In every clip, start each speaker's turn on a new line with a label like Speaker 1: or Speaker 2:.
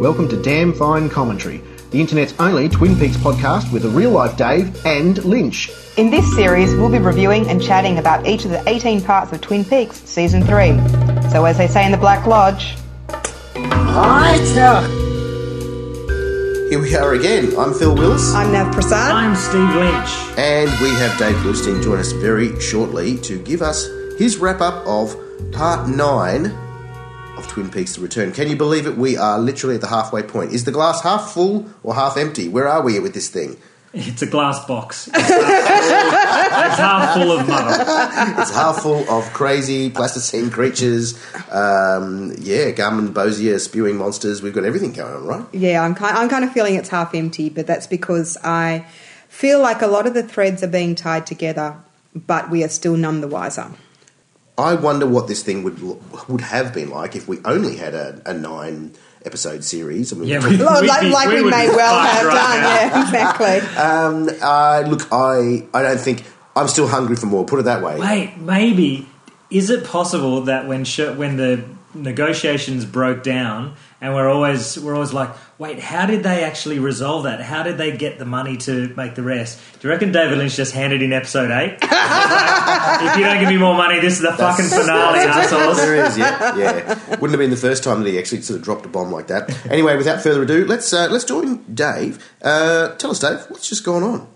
Speaker 1: Welcome to Damn Fine Commentary, the internet's only Twin Peaks podcast with the real life Dave and Lynch.
Speaker 2: In this series, we'll be reviewing and chatting about each of the 18 parts of Twin Peaks Season 3. So, as they say in the Black Lodge,
Speaker 1: Here we are again. I'm Phil Willis,
Speaker 3: I'm Nav Prasad.
Speaker 4: I'm Steve Lynch.
Speaker 1: and we have Dave Bluestein join us very shortly to give us his wrap up of part nine of Twin Peaks The Return. Can you believe it? We are literally at the halfway point. Is the glass half full or half empty? Where are we with this thing?
Speaker 4: It's a glass box. It's half, it's half full of muddle.
Speaker 1: It's half full of crazy plasticine creatures. Um, yeah, Garmin Bozier spewing monsters. We've got everything going on, right?
Speaker 3: Yeah, I'm kind, I'm kind of feeling it's half empty, but that's because I feel like a lot of the threads are being tied together, but we are still none the wiser.
Speaker 1: I wonder what this thing would l- would have been like if we only had a, a nine episode series. I mean,
Speaker 4: Yeah, we,
Speaker 3: Like,
Speaker 4: we'd
Speaker 3: like,
Speaker 4: be-
Speaker 3: like we,
Speaker 4: would
Speaker 3: may
Speaker 4: be
Speaker 3: well
Speaker 4: fucked
Speaker 3: have done. Yeah,
Speaker 4: right now.
Speaker 3: exactly.
Speaker 1: um, uh, look, I I don't think I'm still hungry for more. Put it that way.
Speaker 4: Wait, maybe is it possible that when sh- when the negotiations broke down and we're always we're always like, wait, how did they actually resolve that? How did they get the money to make the rest? Do you reckon David Lynch just handed in episode eight? if you don't give me more money, this is the fucking finale, assholes.
Speaker 1: There is, yeah, yeah. Wouldn't have been the first time that he actually sort of dropped a bomb like that. Anyway, without further ado, let's uh, let's join Dave. Uh, tell us, Dave, what's just gone on?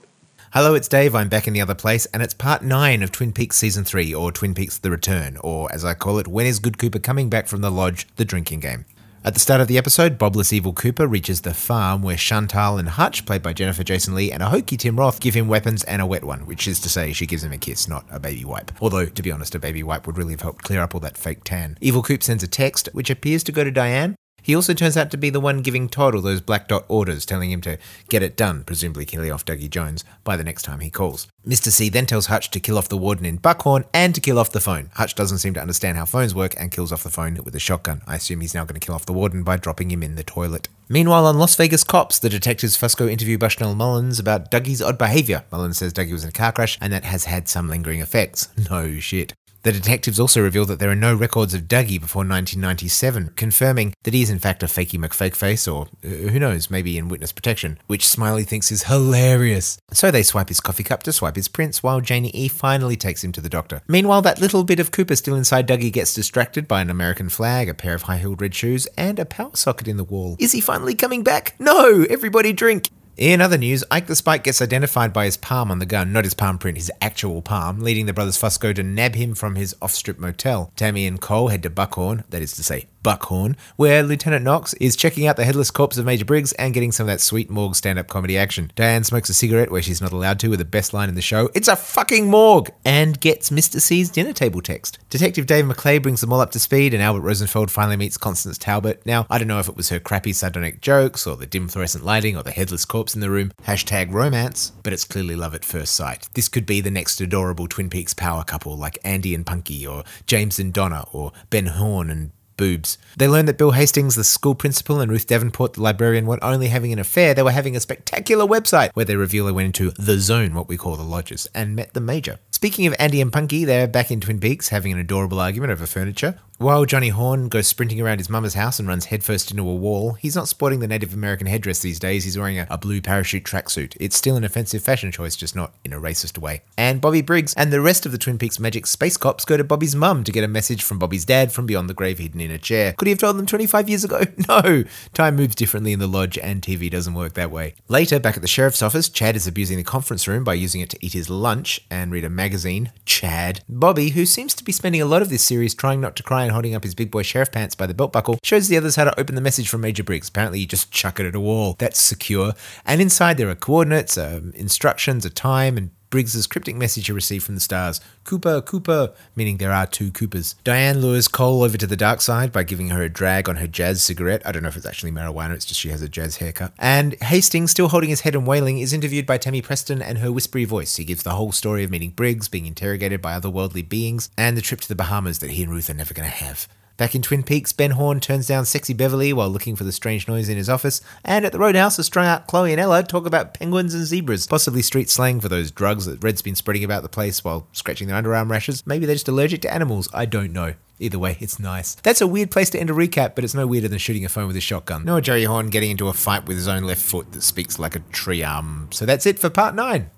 Speaker 5: Hello, it's Dave. I'm back in the other place, and it's part nine of Twin Peaks Season 3, or Twin Peaks The Return, or as I call it, When is Good Cooper Coming Back from the Lodge, The Drinking Game. At the start of the episode, Bobless Evil Cooper reaches the farm where Chantal and Hutch, played by Jennifer Jason Lee, and a hokey Tim Roth give him weapons and a wet one, which is to say she gives him a kiss, not a baby wipe. Although, to be honest, a baby wipe would really have helped clear up all that fake tan. Evil Coop sends a text, which appears to go to Diane, he also turns out to be the one giving Todd all those black dot orders, telling him to get it done, presumably killing off Dougie Jones, by the next time he calls. Mr. C then tells Hutch to kill off the warden in Buckhorn and to kill off the phone. Hutch doesn't seem to understand how phones work and kills off the phone with a shotgun. I assume he's now going to kill off the warden by dropping him in the toilet. Meanwhile, on Las Vegas Cops, the detectives Fusco interview Bushnell Mullins about Dougie's odd behavior. Mullins says Dougie was in a car crash and that has had some lingering effects. No shit. The detectives also reveal that there are no records of Dougie before 1997, confirming that he is in fact a fakey McFakeface, or uh, who knows, maybe in witness protection, which Smiley thinks is hilarious. So they swipe his coffee cup to swipe his prints, while Janie E finally takes him to the doctor. Meanwhile, that little bit of Cooper still inside Dougie gets distracted by an American flag, a pair of high-heeled red shoes, and a power socket in the wall. Is he finally coming back? No! Everybody drink! In other news, Ike the Spike gets identified by his palm on the gun, not his palm print, his actual palm, leading the brothers Fusco to nab him from his off strip motel. Tammy and Cole head to Buckhorn, that is to say, Buckhorn, where Lieutenant Knox is checking out the headless corpse of Major Briggs and getting some of that sweet morgue stand up comedy action. Diane smokes a cigarette where she's not allowed to with the best line in the show It's a fucking morgue! And gets Mr. C's dinner table text. Detective Dave McClay brings them all up to speed, and Albert Rosenfeld finally meets Constance Talbot. Now, I don't know if it was her crappy sardonic jokes, or the dim fluorescent lighting, or the headless corpse in the room, hashtag romance, but it's clearly love at first sight. This could be the next adorable Twin Peaks power couple like Andy and Punky, or James and Donna, or Ben Horn and boobs. They learn that Bill Hastings, the school principal, and Ruth Davenport, the librarian, weren't only having an affair, they were having a spectacular website where they reveal they went into the zone, what we call the lodges, and met the major. Speaking of Andy and Punky, they're back in Twin Peaks having an adorable argument over furniture. While Johnny Horn goes sprinting around his mama's house and runs headfirst into a wall, he's not sporting the Native American headdress these days. He's wearing a, a blue parachute tracksuit. It's still an offensive fashion choice, just not in a racist way. And Bobby Briggs and the rest of the Twin Peaks Magic Space Cops go to Bobby's mum to get a message from Bobby's dad from beyond the grave hidden in a chair. Could he have told them 25 years ago? No! Time moves differently in the lodge, and TV doesn't work that way. Later, back at the sheriff's office, Chad is abusing the conference room by using it to eat his lunch and read a magazine. Chad. Bobby, who seems to be spending a lot of this series trying not to cry and holding up his big boy sheriff pants by the belt buckle, shows the others how to open the message from Major Briggs. Apparently, you just chuck it at a wall. That's secure. And inside, there are coordinates, um, instructions, a time, and Briggs's cryptic message he received from the stars, Cooper, Cooper, meaning there are two Coopers. Diane lures Cole over to the dark side by giving her a drag on her jazz cigarette. I don't know if it's actually marijuana, it's just she has a jazz haircut. And Hastings, still holding his head and wailing, is interviewed by Tammy Preston and her whispery voice. He gives the whole story of meeting Briggs, being interrogated by otherworldly beings, and the trip to the Bahamas that he and Ruth are never going to have. Back in Twin Peaks, Ben Horn turns down Sexy Beverly while looking for the strange noise in his office, and at the Roadhouse, strung out Chloe and Ella talk about penguins and zebras, possibly street slang for those drugs that Red's been spreading about the place while scratching their underarm rashes. Maybe they're just allergic to animals, I don't know. Either way, it's nice. That's a weird place to end a recap, but it's no weirder than shooting a phone with a shotgun. Nor Jerry Horn getting into a fight with his own left foot that speaks like a tree arm. So that's it for part nine.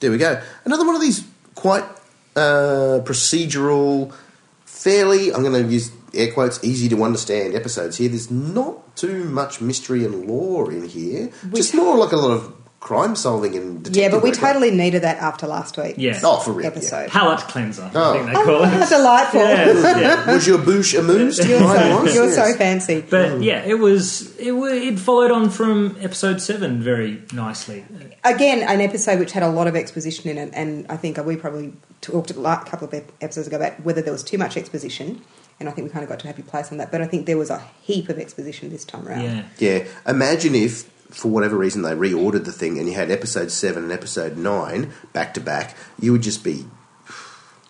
Speaker 1: There we go. Another one of these quite uh, procedural, fairly, I'm going to use air quotes, easy to understand episodes here. There's not too much mystery and lore in here. Just more like a lot of crime solving and detective
Speaker 3: Yeah, but we
Speaker 1: work.
Speaker 3: totally needed that after last week.
Speaker 4: Yeah.
Speaker 1: Oh, for real.
Speaker 3: Episode.
Speaker 4: Palate cleanser,
Speaker 1: Oh.
Speaker 4: I think they call it.
Speaker 3: delightful.
Speaker 4: Yeah, yeah.
Speaker 1: Yeah. Was your bouche amused?
Speaker 3: You're,
Speaker 1: Mine
Speaker 3: so,
Speaker 1: was,
Speaker 3: you're so
Speaker 1: yes.
Speaker 3: fancy.
Speaker 4: But yeah, it was it, wa- it followed on from episode seven very nicely.
Speaker 3: Again, an episode which had a lot of exposition in it, and I think we probably talked a lot- couple of ep- episodes ago about whether there was too much exposition, and I think we kind of got to a happy place on that. But I think there was a heap of exposition this time around.
Speaker 4: Yeah,
Speaker 1: Yeah. Imagine if, for whatever reason, they reordered the thing and you had episode seven and episode nine back to back. You would just be.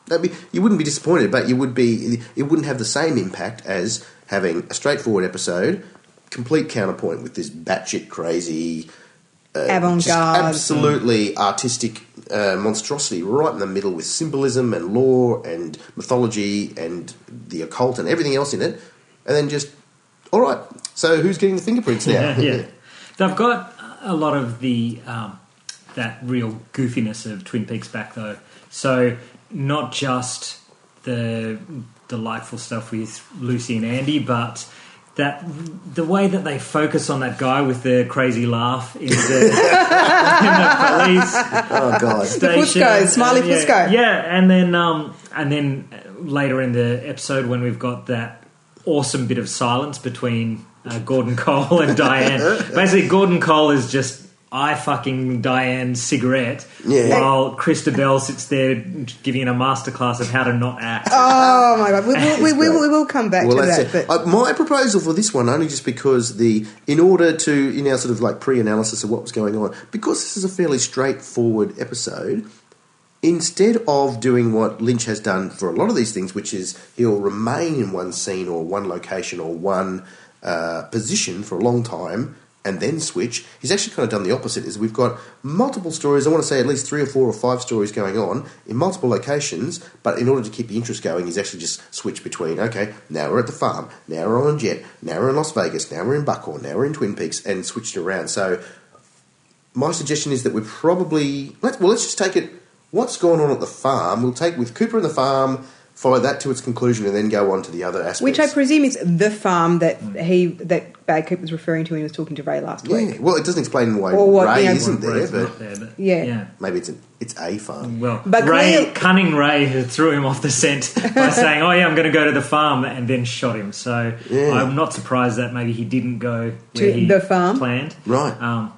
Speaker 1: That'd be you wouldn't be disappointed, but you would be. It wouldn't have the same impact as having a straightforward episode, complete counterpoint with this batshit crazy, Uh, just
Speaker 3: Avant-garde.
Speaker 1: absolutely artistic uh, monstrosity right in the middle with symbolism and lore and mythology and the occult and everything else in it, and then just all right. So who's getting the fingerprints now?
Speaker 4: yeah, yeah. They've got a lot of the um, that real goofiness of Twin Peaks back though. So not just the delightful stuff with Lucy and Andy, but that the way that they focus on that guy with the crazy laugh in the, in the police
Speaker 1: Oh god.
Speaker 4: station.
Speaker 3: Fusco, Smiley
Speaker 4: And, yeah,
Speaker 3: Fusco.
Speaker 4: Yeah, and then um, and then later in the episode when we've got that awesome bit of silence between uh, Gordon Cole and Diane. Basically, Gordon Cole is just. I fucking Diane's cigarette
Speaker 1: Yeah.
Speaker 4: while Christabel sits there giving a masterclass of how to not act.
Speaker 3: Oh my god, we, will- we, we, will- we will come back
Speaker 1: Well,
Speaker 3: to
Speaker 1: that's
Speaker 3: that.
Speaker 1: it.
Speaker 3: But
Speaker 1: Uh, my proposal for this one only just because the in order to in our sort of like pre-analysis of what was going on, because this is a fairly straightforward episode. Instead of doing what Lynch has done for a lot of these things, which is he'll remain in one scene or one location or one uh, position for a long time and then switch, he's actually kind of done the opposite. Is we've got multiple stories. I want to say at least three or four or five stories going on in multiple locations. But in order to keep the interest going, he's actually just switched between. Okay, now we're at the farm. Now we're on a jet. Now we're in Las Vegas. Now we're in Buckhorn. Now we're in Twin Peaks, and switched around. So my suggestion is that we're probably let's well let's just take it what's going on at the farm we'll take with cooper and the farm follow that to its conclusion and then go on to the other aspects
Speaker 3: which I presume is the farm that he that Bad Coop was referring to when he was talking to Ray last week.
Speaker 1: Mm. yeah well it doesn't explain why
Speaker 3: Or what,
Speaker 1: ray
Speaker 3: you know,
Speaker 1: isn't
Speaker 4: Well,
Speaker 1: there
Speaker 4: Ray's
Speaker 1: but
Speaker 4: not there, but-
Speaker 3: Yeah.
Speaker 1: maybe it's a, it's a farm
Speaker 4: Well,
Speaker 3: But
Speaker 4: Ray,
Speaker 3: clear-
Speaker 4: cunning Ray who threw him off the scent by saying, "Oh yeah, I'm going to go to the farm," and then shot him. So
Speaker 1: Yeah.
Speaker 4: I'm not surprised that maybe he didn't go
Speaker 3: To
Speaker 4: where he
Speaker 3: the farm?
Speaker 4: planned.
Speaker 1: right
Speaker 4: Um,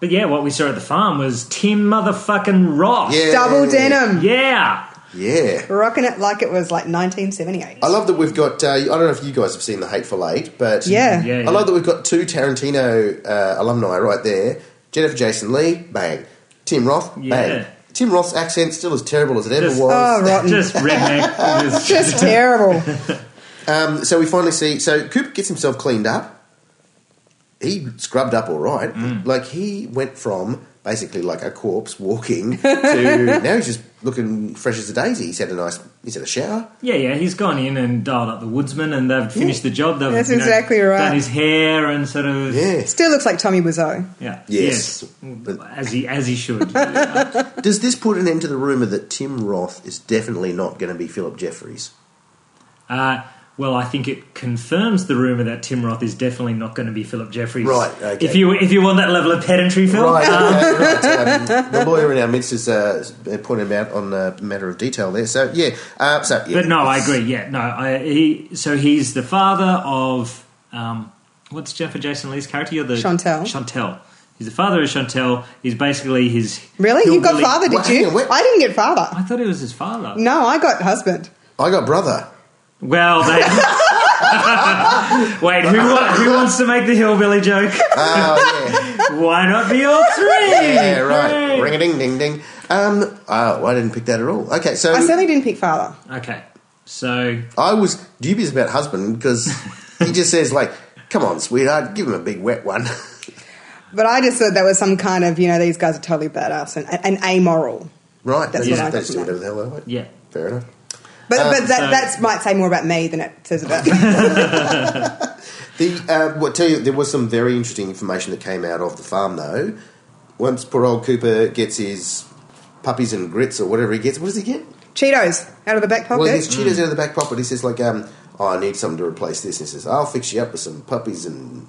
Speaker 4: but yeah, what we saw at the farm was Tim motherfucking Ross.
Speaker 1: Yeah.
Speaker 3: Double denim,
Speaker 4: Yeah.
Speaker 1: yeah
Speaker 3: rocking it like it was like 1978.
Speaker 1: i love that we've got uh, i don't know if you guys have seen the hateful eight but
Speaker 3: Yeah.
Speaker 4: Yeah.
Speaker 1: i love that we've got two tarantino uh, alumni right there jennifer jason lee bang tim roth bang
Speaker 4: Yeah.
Speaker 1: tim roth's accent still as terrible as it ever
Speaker 4: Just-
Speaker 1: was
Speaker 3: Oh, rotten.
Speaker 4: Just redneck. It was-
Speaker 3: Just terrible.
Speaker 1: Um, so we finally see. So Coop gets himself cleaned up. He scrubbed up all right.
Speaker 4: Mm.
Speaker 1: Like he went from basically like a corpse walking to now he's just looking fresh as a daisy. He's had a nice. He's had a shower.
Speaker 4: yeah, yeah. He's gone in and dialed up the woodsman, and they've finished the job. They've,
Speaker 3: That's
Speaker 4: you know,
Speaker 3: exactly right.
Speaker 4: Done his hair and sort of
Speaker 1: Yeah.
Speaker 3: Still looks like Tommy Wiseau.
Speaker 4: yeah.
Speaker 1: Yes.
Speaker 4: As he as he should. Yeah.
Speaker 1: Does this put an end to the rumor that Tim Roth is definitely not going to be Philip Jeffries?
Speaker 4: Uh, well, I think it confirms the rumor that Tim Roth is definitely not going to be Philip Jeffries.
Speaker 1: Right, okay.
Speaker 4: If you if you want that level of pedantry, Phil.
Speaker 1: Right,
Speaker 4: Uh,
Speaker 1: okay, right. Um, the lawyer in our midst has uh, pointed out on a matter of detail there. So yeah, uh, so yeah.
Speaker 4: but no, I agree. Yeah, no. I, he so he's the father of um, what's Jennifer Jason Lee's character? You're the
Speaker 3: Chantel.
Speaker 4: Chantel. He's the father of Chantel. He's basically his.
Speaker 3: Really? You got
Speaker 4: hillbilly-
Speaker 3: father,
Speaker 1: Well,
Speaker 3: did
Speaker 1: hang
Speaker 3: you?
Speaker 1: on, wait.
Speaker 3: I didn't get father.
Speaker 4: I thought it was his father.
Speaker 3: No, I got husband.
Speaker 1: I got brother.
Speaker 4: Well, they. Wait, who, wa- who wants to make the hillbilly joke?
Speaker 1: Oh yeah.
Speaker 4: Why not be all three?
Speaker 1: Yeah, right.
Speaker 4: Hooray.
Speaker 1: Ring a ding ding ding. Um, oh, I didn't pick that at all. Okay, so
Speaker 3: I
Speaker 1: I,
Speaker 3: certainly didn't pick father.
Speaker 4: Okay, so
Speaker 1: was dubious about husband because he just says like, "Come on, sweetheart, give him a big wet one."
Speaker 3: But I just thought that was some kind of, you know, these guys are totally badass and, and amoral.
Speaker 1: right,
Speaker 3: That's
Speaker 1: they
Speaker 3: what I
Speaker 1: just, they just
Speaker 3: got from
Speaker 1: do
Speaker 3: that.
Speaker 1: whatever the hell they like.
Speaker 4: yeah.
Speaker 1: Fair enough.
Speaker 3: But, but that
Speaker 4: so-
Speaker 3: that's, might say more about me than it says about.
Speaker 1: The uh, well, tell you, there was some very interesting information that came out of the farm, though. Once poor old Cooper gets his puppies and grits or whatever he gets, what does he get?
Speaker 3: Cheetos out of the back pocket.
Speaker 1: Well, he gets Cheetos out of the back pocket. He says, like, um, oh, I need something to replace this. And he says, I'll fix you up with some puppies and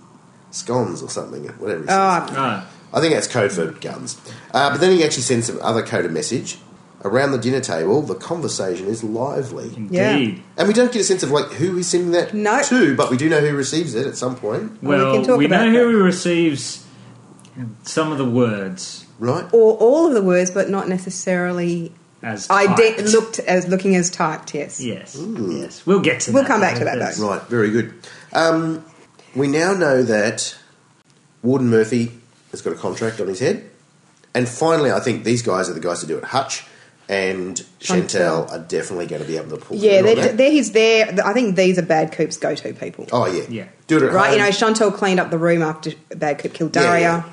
Speaker 1: scones or something, whatever he says.
Speaker 3: oh,
Speaker 4: Right.
Speaker 1: I think that's code for guns. Uh, but then he actually sends some other coded message. Around the dinner table, the conversation is lively.
Speaker 3: Yeah.
Speaker 4: Indeed.
Speaker 1: And we don't get a sense of, like, who he's sending that
Speaker 3: No.
Speaker 1: to, but we do know who receives it at some point.
Speaker 3: Well, we
Speaker 4: Well,
Speaker 3: can talk
Speaker 4: we
Speaker 3: about
Speaker 4: know who
Speaker 3: that.
Speaker 4: receives some of the words
Speaker 1: Right?
Speaker 3: or all of the words, but not necessarily
Speaker 4: as
Speaker 3: I
Speaker 4: typed.
Speaker 3: looked as looking as typed. Yes.
Speaker 4: Yes, yes. We'll get to.
Speaker 3: We'll
Speaker 4: that.
Speaker 3: come back to that,
Speaker 4: That's-
Speaker 3: though.
Speaker 1: Right, very good. Um, we now know that Warden Murphy has got a contract on his head. And finally, I think these guys are the guys to do it. Hutch and Chantel,
Speaker 3: Chantel.
Speaker 1: are definitely going to be able to pull through
Speaker 3: Yeah,
Speaker 1: on
Speaker 3: they're,
Speaker 1: that.
Speaker 3: they're his. There, I think these are Bad Coop's go-to people.
Speaker 1: Oh, yeah.
Speaker 4: Yeah.
Speaker 1: Do it at
Speaker 3: Right, you know,
Speaker 1: home.
Speaker 3: Chantel cleaned up the room after Bad Coop killed
Speaker 1: Yeah,
Speaker 3: Daria.
Speaker 1: yeah.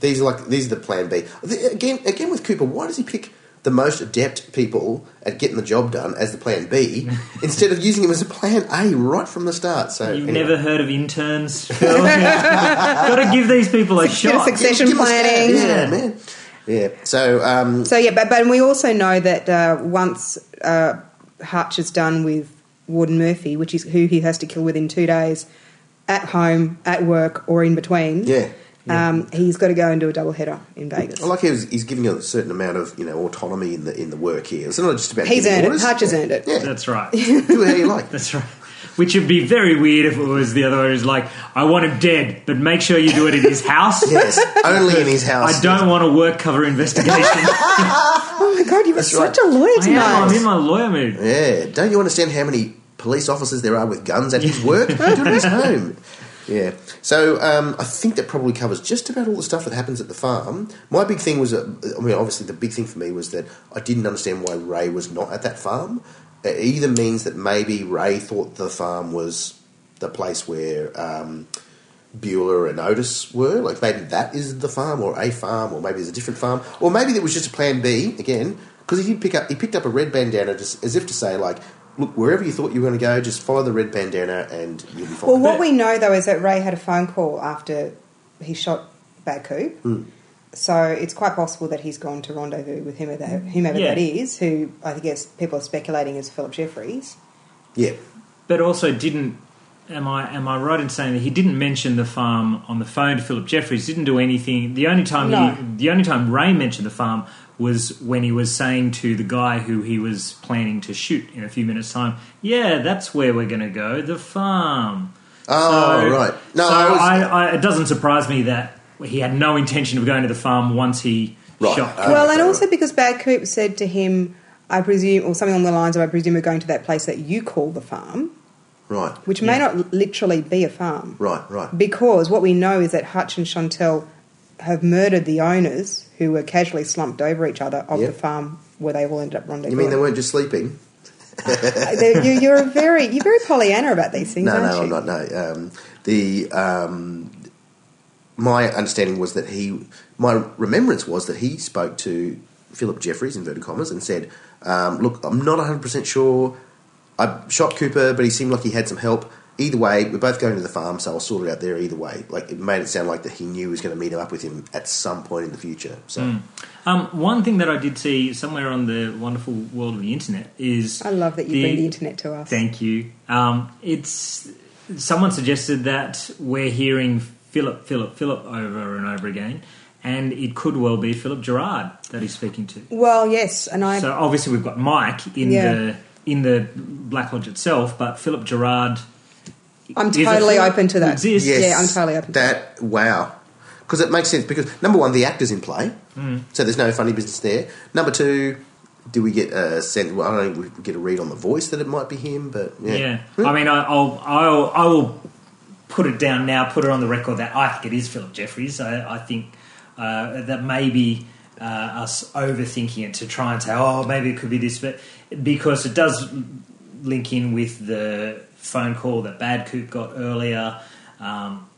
Speaker 1: These are like these are the plan B. The- Again, again with Cooper, why does he pick the most adept people at getting the job done as the plan B instead of using him as a plan A right from the start? So
Speaker 4: You've
Speaker 1: anyway.
Speaker 4: never heard of interns? Phil? Got to give these people a
Speaker 3: Success-
Speaker 4: shot.
Speaker 3: success- Succession
Speaker 1: Give us that.
Speaker 3: planning.
Speaker 1: Yeah, man. Yeah. So um,
Speaker 3: So yeah, but but we also know that uh, once uh, Hutch is done with Warden Murphy, which is who he has to kill within two days, at home, at work, or in between.
Speaker 1: yeah.
Speaker 3: Um, he's got to go and do a double header in Vegas.
Speaker 1: I like how he's, he's giving a certain amount of you know autonomy in the in the work here. It's not just about
Speaker 3: He's
Speaker 1: giving
Speaker 3: earned it.
Speaker 1: orders.
Speaker 3: Hutch has earned it.
Speaker 1: Yeah,
Speaker 4: That's right.
Speaker 1: do it how you like.
Speaker 4: That's right. Which would be very weird if it was the other one who's like, I want him dead, but make sure you do it in his house.
Speaker 1: Yes, only in his house.
Speaker 4: I don't want a work cover investigation. I
Speaker 3: Oh my god, you were such a lawyer
Speaker 4: am, I'm
Speaker 3: tonight.
Speaker 4: in my lawyer mood.
Speaker 1: Yeah, don't you understand how many police officers there are with guns at his work? He do it at his home. Yeah. So um, I think that probably covers just about all the stuff that happens at the farm. My big thing was, uh, I mean, obviously the big thing for me was that I didn't understand why Ray was not at that farm. It either means that maybe Ray thought the farm was the place where um, Bueller and Otis were. Like maybe that is the farm or a farm or maybe it's a different farm. Or maybe there was just a plan B again because he did pick up he picked up a red bandana just as if to say like look wherever you thought you were going to go just follow the red bandana and you'll be fine.
Speaker 3: Well, what we know though is that Ray had a phone call after he shot Bad Coop.
Speaker 1: Hmm.
Speaker 3: So it's quite possible that he's gone to rendezvous with whomever, that, whomever
Speaker 4: Yeah.
Speaker 3: that is, who I guess people are speculating is Philip Jeffries.
Speaker 1: yeah.
Speaker 4: But also didn't am I am I right in saying that he didn't mention the farm on the phone to Philip Jeffries, didn't do anything. The only time
Speaker 3: No.
Speaker 4: he, the only time Ray mentioned the farm was when he was saying to the guy who he was planning to shoot in a few minutes time, Yeah, that's where we're gonna go, the farm.
Speaker 1: Oh right. No,
Speaker 4: so
Speaker 1: I was-
Speaker 4: I, I, it doesn't surprise me that he had no intention of going to the farm once he
Speaker 1: Right.
Speaker 4: shot.
Speaker 1: Uh,
Speaker 3: well,
Speaker 1: that's
Speaker 3: and
Speaker 1: all
Speaker 3: also
Speaker 1: right.
Speaker 3: because Bad Coop said to him, I presume, or something along the lines of, I presume we're going to that place that you call the farm,
Speaker 1: right.
Speaker 3: which may not literally be a farm.
Speaker 1: Right, right.
Speaker 3: Because what we know is that Hutch and Chantel have murdered the owners who were casually slumped over each other of
Speaker 1: Yep.
Speaker 3: the farm where they all ended up rendezvousing.
Speaker 1: You mean they weren't just sleeping?
Speaker 3: They're- you, you're a very you're very Pollyanna about these things,
Speaker 1: No,
Speaker 3: aren't
Speaker 1: no,
Speaker 3: you?
Speaker 1: I'm not. No, um, the um, my understanding was that he, my remembrance was that he spoke to Philip Jeffries inverted commas and said, um, "Look, I'm not 100 percent sure. I shot Cooper, but he seemed like he had some help. Either way, we're both going to the farm, so I'll sort it out there. Either way, like it made it sound like that he knew he was going to meet him up with him at some point in the future. So
Speaker 4: Um, one thing that I did see somewhere on the wonderful world of the internet is
Speaker 3: I love that you bring the internet to us.
Speaker 4: Thank you. Um, it's someone suggested that we're hearing Philip, Philip, Philip over and over again, and it could well be Philip Gerard that he's speaking to.
Speaker 3: Well, yes, and I
Speaker 4: So obviously we've got Mike in
Speaker 3: Yeah.
Speaker 4: the in the Black Lodge itself, but Philip Gerard.
Speaker 3: I'm
Speaker 4: is a
Speaker 3: totally
Speaker 4: Philip
Speaker 3: open to
Speaker 4: who
Speaker 3: that.
Speaker 4: Exists.
Speaker 3: Yes. Yeah, I'm totally open to
Speaker 1: that. Wow, because it makes sense. Because number one, the actors in play, so there's no funny business there. Number two, do we get a sense? Well, I don't know. if We get a read on the voice that it might be him, but yeah,
Speaker 4: Yeah. I mean, I, I'll, I'll, I will put it down now, put it on the record that I think it is Philip Jeffries. I, I think uh, that maybe uh, us overthinking it to try and say, oh, maybe it could be this, but because it does link in with the phone call that Bad Coop got earlier. Um,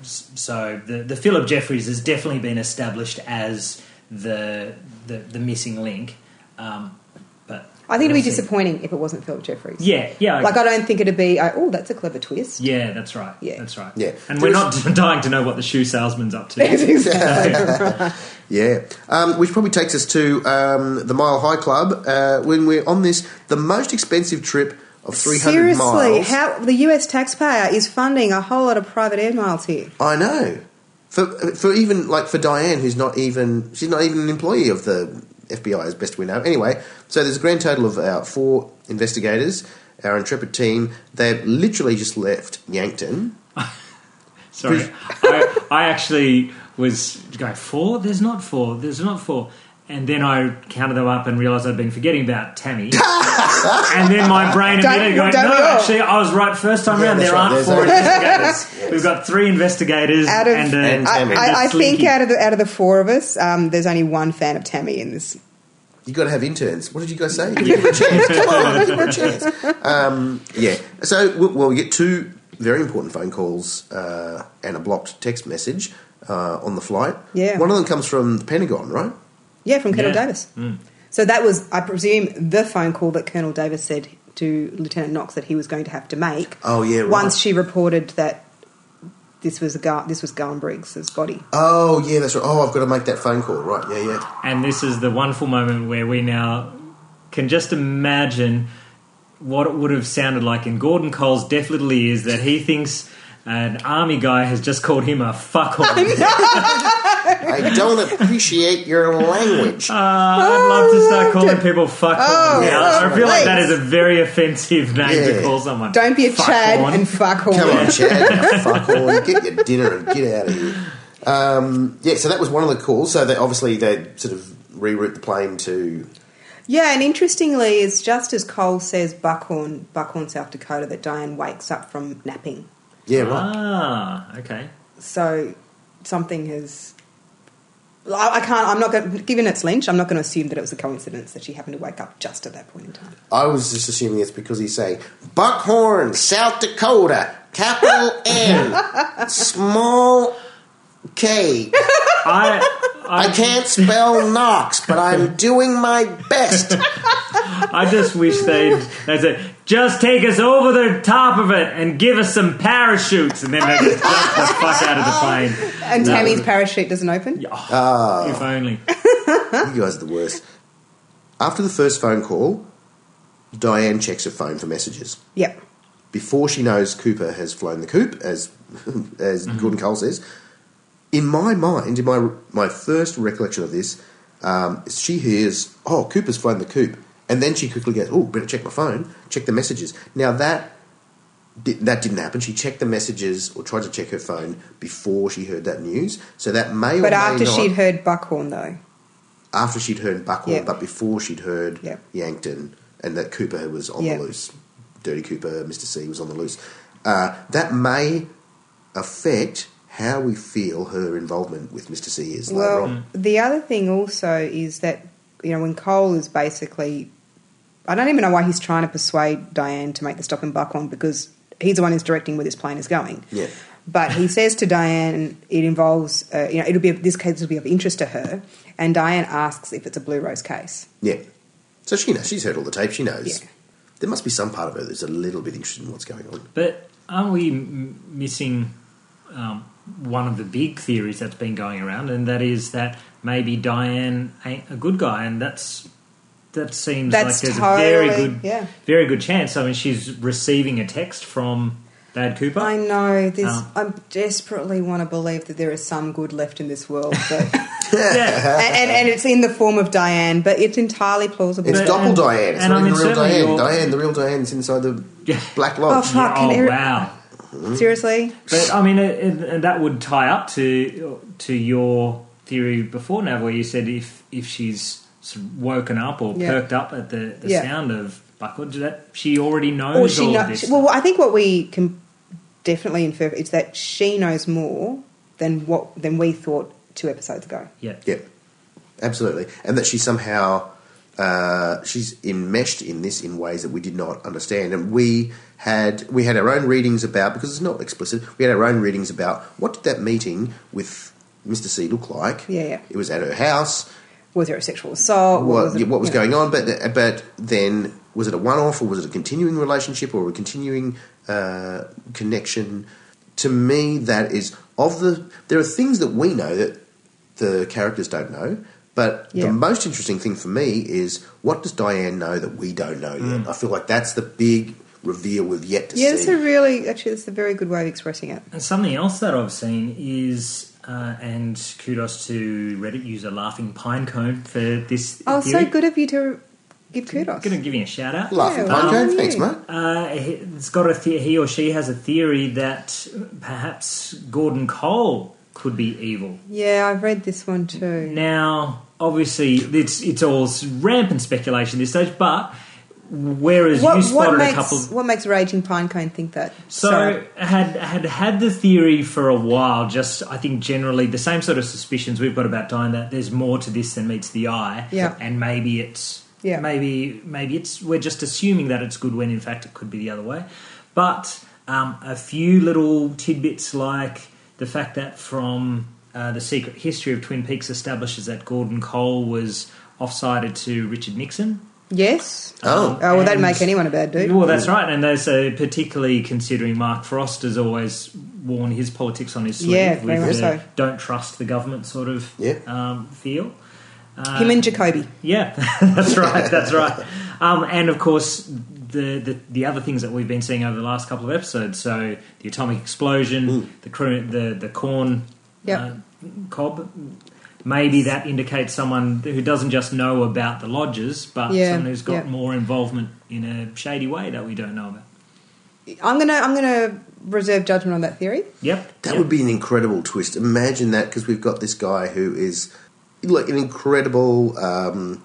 Speaker 4: s- so the, the Philip Jeffries has definitely been established as the the, the missing link. Um, but
Speaker 3: I think it'd be
Speaker 4: We'll see.
Speaker 3: disappointing if it wasn't Philip Jeffries.
Speaker 4: Yeah, yeah.
Speaker 3: Like I don't think it'd be. I, oh, that's a clever twist.
Speaker 4: yeah, that's right.
Speaker 3: Yeah.
Speaker 4: That's right.
Speaker 1: Yeah.
Speaker 4: And we're not dying to know what the shoe salesman's up to.
Speaker 1: Yeah, um, which probably takes us to um, the Mile High Club uh, when we're on this the most expensive trip of three hundred
Speaker 3: Seriously,
Speaker 1: miles.
Speaker 3: how the US taxpayer is funding a whole lot of private air miles here.
Speaker 1: I know for for even like for Diane, who's not even she's not even an employee of the FBI, as best we know. Anyway, so there's a grand total of uh, four investigators. Our intrepid team, they've literally just left Yankton.
Speaker 4: Sorry, I, I actually was going four. There's not four. There's not four. And then I counted them up and realised I'd been forgetting about Tammy. and then my brain immediately
Speaker 3: Don't-
Speaker 4: going,
Speaker 3: don't we
Speaker 4: no,
Speaker 3: all?"
Speaker 4: actually, I was right first time
Speaker 1: Yeah,
Speaker 4: round.
Speaker 1: that's
Speaker 4: There
Speaker 1: right.
Speaker 4: aren't
Speaker 1: There's
Speaker 4: four
Speaker 1: only-
Speaker 4: investigators. We've got three investigators
Speaker 3: Out of-
Speaker 4: and, a,
Speaker 1: And uh,
Speaker 3: I,
Speaker 1: Tammy.
Speaker 3: I, I
Speaker 4: and a
Speaker 3: think uh,
Speaker 4: sleeky.
Speaker 3: out of the out of the four of us, um, there's only one fan of Tammy in this.
Speaker 1: You got to have interns. What did you guys say? Give her a chance. Come on, give her a chance. Um, yeah. So, we- well, we get two very important phone calls uh, and a blocked text message uh, on the flight.
Speaker 3: Yeah.
Speaker 1: One of them comes from the Pentagon, right?
Speaker 3: Yeah, from Colonel
Speaker 4: Yeah.
Speaker 3: Davis.
Speaker 1: Mm.
Speaker 3: So that was, I presume, the phone call that Colonel Davis said to Lieutenant Knox that he was going to have to make.
Speaker 1: Oh, yeah, right.
Speaker 3: Once she reported that this was a guy, this was Garn Briggs's body.
Speaker 1: Oh, yeah, that's right. Oh, I've got to make that phone call. Right. Yeah, yeah.
Speaker 4: And this is the wonderful moment where we now can just imagine what it would have sounded like in Gordon Cole's deaf little ears that he thinks an army guy has just called him a fuckhole.
Speaker 1: I don't appreciate your language.
Speaker 4: Uh, I'd love to start calling people fuck
Speaker 3: Oh,
Speaker 4: horn now. I
Speaker 3: oh,
Speaker 4: feel like that
Speaker 3: please.
Speaker 4: is a very offensive name
Speaker 1: Yeah.
Speaker 4: to call someone.
Speaker 3: Don't be a
Speaker 4: Fuck
Speaker 3: Chad
Speaker 4: horn.
Speaker 3: and fuck horn.
Speaker 1: Come on, Chad. Fuck all. Get your dinner and get out of here. Um, yeah, so that was one of the calls. So they obviously they sort of reroute the plane to
Speaker 3: Yeah, and interestingly, it's just as Cole says Buckhorn, Buckhorn, South Dakota, that Diane wakes up from napping.
Speaker 1: yeah, right.
Speaker 4: ah, okay.
Speaker 3: So something has. I I can't. I'm not going. Given it's Lynch, I'm not going to assume that it was a coincidence that she happened to wake up just at that point in time.
Speaker 1: I was just assuming it's because he's saying Buckhorn, South Dakota, capital N, small K.
Speaker 4: I,
Speaker 1: I can't spell Knox, but I'm doing my best.
Speaker 4: I just wish they'd, they'd say, just take us over the top of it and give us some parachutes. And then they just jump the fuck out of the plane.
Speaker 3: And
Speaker 4: No.
Speaker 3: Tammy's parachute doesn't open.
Speaker 4: If only.
Speaker 1: You guys are the worst. After the first phone call, Diane checks her phone for messages.
Speaker 3: Yep.
Speaker 1: Before she knows Cooper has flown the coop, as as Gordon Cole says, in my mind, in my my first recollection of this, um, is she hears, "Oh, Cooper's flown the coop," and then she quickly goes, "Oh, better check my phone, check the messages." Now that di- that didn't happen. She checked the messages or tried to check her phone before she heard that news. So that may
Speaker 3: But
Speaker 1: or may
Speaker 3: after
Speaker 1: not,
Speaker 3: she'd heard Buckhorn, though.
Speaker 1: after she'd heard Buckhorn,
Speaker 3: Yeah.
Speaker 1: but before she'd heard
Speaker 3: Yeah.
Speaker 1: Yankton, and that Cooper was on
Speaker 3: Yeah.
Speaker 1: the loose. Dirty Cooper, Mr. C was on the loose. Uh, that may affect how we feel her involvement with Mr. C is later
Speaker 3: Well,
Speaker 4: Mm.
Speaker 1: on.
Speaker 3: the other thing also is that you know when Cole is basically, I don't even know why he's trying to persuade Diane to make the stop in Buckhorn because he's the one who's directing where this plane is going.
Speaker 1: Yeah.
Speaker 3: But he says to Diane, it involves, uh, you know, it'll be this case will be of interest to her, and Diane asks if it's a Blue Rose case.
Speaker 1: Yeah. So she knows. She's heard all the tape. She knows.
Speaker 3: Yeah.
Speaker 1: There must be some part of her that's a little bit interested in what's going on.
Speaker 4: But aren't we m- missing um, one of the big theories that's been going around, and that is that maybe Diane ain't a good guy, and that's that seems
Speaker 3: That's
Speaker 4: like there's a very
Speaker 3: totally-
Speaker 4: good,
Speaker 3: yeah.
Speaker 4: very good chance. I mean, she's receiving a text from Dad Cooper.
Speaker 3: I know this.
Speaker 4: Oh.
Speaker 3: I desperately want to believe that there is some good left in this world, but, and,
Speaker 4: yeah.
Speaker 3: and and it's in the form of Diane. But it's entirely plausible.
Speaker 1: It's
Speaker 4: But-
Speaker 1: Doppel
Speaker 4: and-
Speaker 1: Diane. It's
Speaker 4: and
Speaker 1: not
Speaker 4: I
Speaker 1: even the
Speaker 4: mean,
Speaker 1: real
Speaker 4: certainly
Speaker 1: Diane.
Speaker 4: you're-
Speaker 1: Diane, the real Diane's inside the
Speaker 4: Yeah.
Speaker 1: Black Lodge.
Speaker 3: Oh,
Speaker 4: Yeah,
Speaker 3: fuck.
Speaker 4: oh
Speaker 3: Fucking-
Speaker 4: wow!
Speaker 3: Mm-hmm. Seriously,
Speaker 4: But I mean, it, it, and that would tie up to to your theory before now, where you said if if she's sort of woken up or
Speaker 3: Yeah.
Speaker 4: perked up at the, the
Speaker 3: Yeah.
Speaker 4: sound of Buckwood, that she already knows
Speaker 3: or she
Speaker 4: all
Speaker 3: knows.
Speaker 4: of this.
Speaker 3: well, I think what we can definitely infer is that she knows more than what than we thought two episodes ago.
Speaker 4: yeah.
Speaker 1: Yeah, absolutely, and that she somehow uh, she's enmeshed in this in ways that we did not understand, and we had we had our own readings about because it's not explicit. We had our own readings about what did that meeting with Mr. C look like?
Speaker 3: Yeah, yeah.
Speaker 1: it was at her house.
Speaker 3: was there a sexual assault?
Speaker 1: what,
Speaker 3: it-
Speaker 1: what was
Speaker 3: you know.
Speaker 1: going on, but but then was it a one-off or was it a continuing relationship or a continuing uh, connection? To me, that is of the. There are things that we know that the characters don't know, but
Speaker 3: Yeah.
Speaker 1: the most interesting thing for me is what does Diane know that we don't know yet? I feel like that's the big reveal we've yet to
Speaker 3: Yeah,
Speaker 1: see.
Speaker 3: that's a really actually that's a very good way of expressing it.
Speaker 4: And something else that I've seen is, uh, and kudos to Reddit user Laughing Pinecone for this.
Speaker 3: Oh,
Speaker 4: theory.
Speaker 3: so good of you to give kudos.
Speaker 4: Going to give you a shout out.
Speaker 1: Laughing
Speaker 3: Yeah,
Speaker 1: Pinecone,
Speaker 3: wow.
Speaker 1: thanks, mate.
Speaker 4: Uh, he- it's got a the- he or she has a theory that perhaps Gordon Cole could be evil.
Speaker 3: Yeah, I've read this one too.
Speaker 4: Now, obviously, it's it's all s- rampant speculation at this stage, but whereas
Speaker 3: What,
Speaker 4: you
Speaker 3: what
Speaker 4: spotted
Speaker 3: makes
Speaker 4: a couple,
Speaker 3: what makes Raging Pinecone think that?
Speaker 4: so had had had the theory for a while. Just I think generally the same sort of suspicions we've got about Dine that there's more to this than meets the eye,
Speaker 3: Yeah.
Speaker 4: and maybe it's
Speaker 3: Yeah.
Speaker 4: maybe maybe it's we're just assuming that it's good when in fact it could be the other way. But um, a few little tidbits like the fact that from uh, the secret history of Twin Peaks establishes that Gordon Cole was offsided to Richard Nixon.
Speaker 3: yes.
Speaker 1: Oh,
Speaker 3: Oh, well, that'd
Speaker 4: Uh, And-
Speaker 3: make anyone a bad dude.
Speaker 4: Well, that's right, and that's uh, particularly considering Mark Frost has always worn his politics on his sleeve
Speaker 3: Yeah, very
Speaker 4: with
Speaker 3: much
Speaker 4: the
Speaker 3: so.
Speaker 4: "don't trust the government" sort of
Speaker 1: Yeah.
Speaker 4: um, feel. uh,
Speaker 3: Him and Jacoby.
Speaker 4: Yeah, that's right. That's right. Um, and of course, the, the the other things that we've been seeing over the last couple of episodes. So the atomic explosion, the cor- the the corn
Speaker 3: Yep.
Speaker 4: uh, cob. Maybe that indicates someone who doesn't just know about the lodges, but
Speaker 3: Yeah,
Speaker 4: someone who's got
Speaker 3: yeah.
Speaker 4: more involvement in a shady way that we don't know about.
Speaker 3: I'm gonna I'm gonna reserve judgment on that theory.
Speaker 4: Yep.
Speaker 1: That
Speaker 4: yep.
Speaker 1: would be an incredible twist. Imagine that because we've got this guy who is like an incredible um,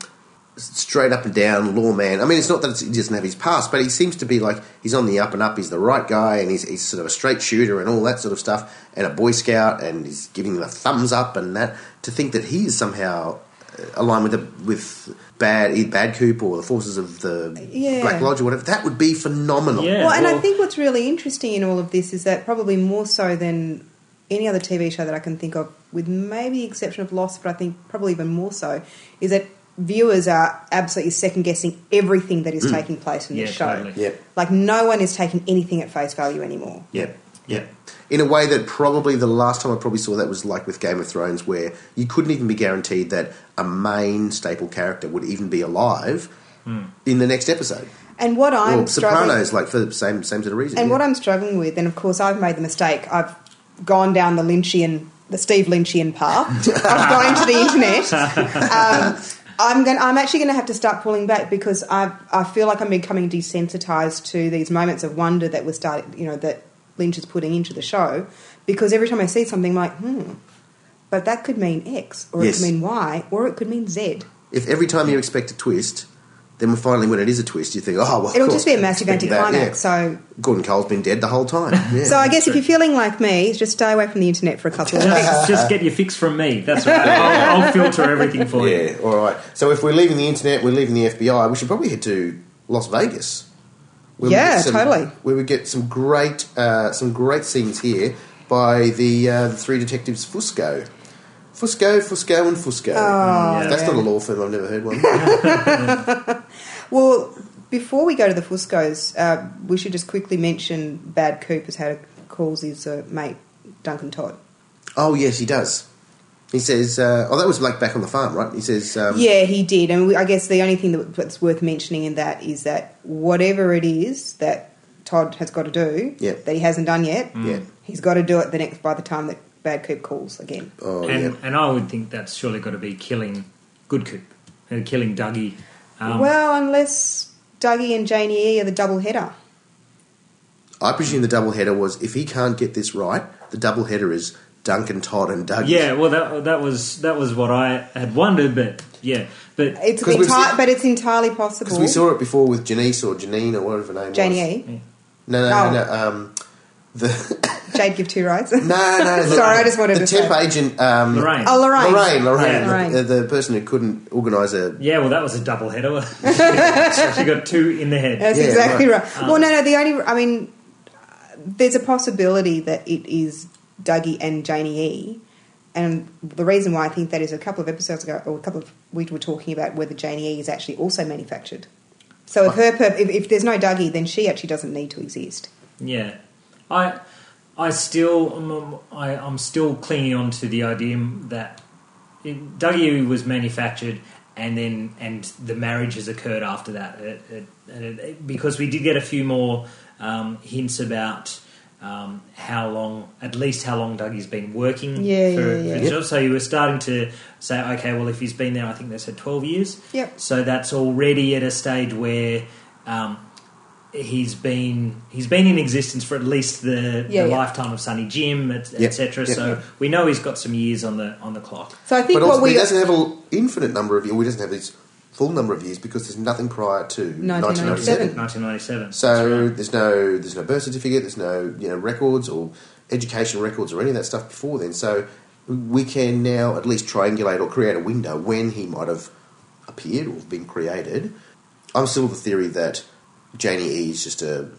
Speaker 1: straight up and down lawman. I mean, it's not that it's, he doesn't have his past, but he seems to be like he's on the up and up. He's the right guy, and he's, he's sort of a straight shooter and all that sort of stuff, and a boy scout, and he's giving the thumbs up and that. To think that he is somehow uh, aligned with the with bad either bad coop or the forces of the
Speaker 3: Yeah.
Speaker 1: Black Lodge or whatever, that would be phenomenal.
Speaker 4: Yeah,
Speaker 3: well, and I
Speaker 4: well-
Speaker 3: think what's really interesting in all of this is that probably more so than any other TV show that I can think of, with maybe the exception of Lost, but I think probably even more so, is that viewers are absolutely second guessing everything that is taking place in
Speaker 4: Hmm. Yeah,
Speaker 3: this show.
Speaker 4: totally.
Speaker 1: Yep.
Speaker 3: Like no one is taking anything at face value anymore.
Speaker 1: Yep. Yep. In a way that probably the last time I probably saw that was like with Game of Thrones, where you couldn't even be guaranteed that a main staple character would even be alive in the next episode.
Speaker 3: And what I'm
Speaker 1: or
Speaker 3: struggling
Speaker 1: Sopranos, like for the same same sort of reason.
Speaker 3: And
Speaker 1: yeah.
Speaker 3: what I'm struggling with, and of course I've made the mistake, I've gone down the Lynchian, the Steve Lynchian path. I've gone into the internet. Um, I'm going. I'm actually going to have to start pulling back because I I feel like I'm becoming desensitized to these moments of wonder that we're starting. You know that Lynch is putting into the show because every time I see something, I'm like, hmm, but that could mean X, or
Speaker 1: Yes.
Speaker 3: it could mean Y, or it could mean Z.
Speaker 1: if every time you expect a twist, then finally when it is a twist, you think, oh well, of
Speaker 3: It'll
Speaker 1: course,
Speaker 3: just be a
Speaker 1: I
Speaker 3: massive
Speaker 1: expected that,
Speaker 3: anticlimax.
Speaker 1: yeah.
Speaker 3: So
Speaker 1: Gordon Cole's been dead the whole time. Yeah.
Speaker 3: So I guess if you're feeling like me, just stay away from the internet for a couple of weeks.
Speaker 4: Just- just get your fix from me. That's right. I'll, I'll filter everything for you.
Speaker 1: yeah, all right. So if we're leaving the internet, we're leaving the FBI. We should probably head to Las Vegas. Where we
Speaker 3: Yeah,
Speaker 1: get some-
Speaker 3: totally.
Speaker 1: Where we get some great, uh, some great scenes here by the, uh, the three detectives Fusco, Fusco, Fusco, and Fusco. Mm,
Speaker 4: yeah.
Speaker 1: That's not a
Speaker 3: Oh, man.
Speaker 1: law firm. I've never heard one.
Speaker 3: Well, before we go to the Fuscos, uh, we should just quickly mention Bad Coop has had calls his uh, mate Duncan Todd.
Speaker 1: oh yes, he does. He says, uh, "Oh, that was like back on the farm, right?" He says, um,
Speaker 3: yeah, he did, and we, I guess the only thing that, that's worth mentioning in that is that whatever it is that Todd has got to do
Speaker 1: Yeah.
Speaker 3: that he hasn't done yet,
Speaker 1: Yeah.
Speaker 3: he's got to do it the next by the time that Bad Coop calls again.
Speaker 1: "Oh,
Speaker 4: and,
Speaker 1: yeah."
Speaker 4: and I would think that's surely got to be killing Good Coop, uh, killing Dougie. Um,
Speaker 3: well, unless Dougie and Janie E are the double header.
Speaker 1: I presume the double header was if he can't get this right, the double header is Duncan Todd and Doug.
Speaker 4: yeah, well that that was that was what I had wondered, but yeah, but
Speaker 3: It's
Speaker 1: 'Cause we've E.
Speaker 3: enti-
Speaker 1: seen-
Speaker 3: but it's entirely possible.
Speaker 1: Because we saw it before with Janice or Janine or whatever her name was.
Speaker 3: Janie E.
Speaker 1: No, no,
Speaker 3: Oh.
Speaker 1: no, no. Um, the
Speaker 3: Jade give two rides.
Speaker 1: no, no. The,
Speaker 3: Sorry, I just wanted
Speaker 1: the
Speaker 3: to
Speaker 1: temp
Speaker 3: say.
Speaker 1: agent. Um,
Speaker 4: Lorraine.
Speaker 3: Oh, Lorraine.
Speaker 1: Lorraine, Lorraine,
Speaker 4: Yeah.
Speaker 1: the-
Speaker 3: Lorraine.
Speaker 1: The, the person who couldn't organise a.
Speaker 4: yeah, well that was a double header. she got two in the head.
Speaker 3: That's
Speaker 1: Yeah,
Speaker 3: exactly
Speaker 1: right.
Speaker 3: right. well, no, no. The only, I mean, there's a possibility that it is Dougie and Janie E, And the reason why I think that is a couple of episodes ago, or a couple of we were talking about whether Jane E is actually also manufactured. So if her pur- if, if there's no Dougie, then she actually doesn't need to exist.
Speaker 4: Yeah, I, I still, I'm, I, I'm still clinging on to the idea that it, Dougie was manufactured, and then and the marriage has occurred after that. It, it, and it- because we did get a few more um, hints about. Um, how long, at least how long Dougie's been working
Speaker 3: Yeah, yeah,
Speaker 4: for, for
Speaker 3: yeah.
Speaker 4: the job. So you were starting to say, okay, well, if he's been there, I think they said 12 years.
Speaker 3: Yep.
Speaker 4: So that's already at a stage where um, he's been he's been in existence for at least the,
Speaker 3: Yeah,
Speaker 4: the
Speaker 3: yeah.
Speaker 4: lifetime of Sonny Jim, etc.
Speaker 1: Yeah,
Speaker 4: Et cetera.
Speaker 1: yeah.
Speaker 4: so we know he's got some years on the on the clock.
Speaker 3: So I think
Speaker 1: But
Speaker 3: what
Speaker 1: also,
Speaker 3: we
Speaker 1: he doesn't have an infinite number of years. He doesn't have his full number of years because there's nothing prior to
Speaker 3: 1997.
Speaker 1: 1997.
Speaker 4: 1997.
Speaker 1: So there's no there's no birth certificate. There's no you know records or education records or any of that stuff before then. So we can now at least triangulate or create a window when he might have appeared or been created. I'm still of the theory that Janie E is just a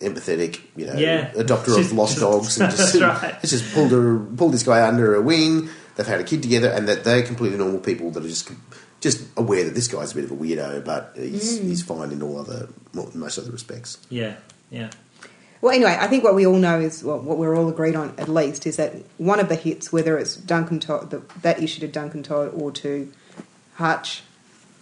Speaker 1: empathetic, you know,
Speaker 4: Yeah.
Speaker 1: adopter
Speaker 4: She's
Speaker 1: of lost
Speaker 4: just-
Speaker 1: dogs and just,
Speaker 4: that's right.
Speaker 1: has just pulled her pulled this guy under her wing. They've had a kid together, and that they're completely normal people that are just just aware that this guy's a bit of a weirdo, but he's
Speaker 4: Mm.
Speaker 1: he's fine in all other well, most other respects.
Speaker 4: yeah, yeah,
Speaker 3: Well, anyway, I think what we all know is well, what we're all agreed on, at least, is that one of the hits, whether it's Duncan Todd, the, that issue to Duncan Todd or to Hutch,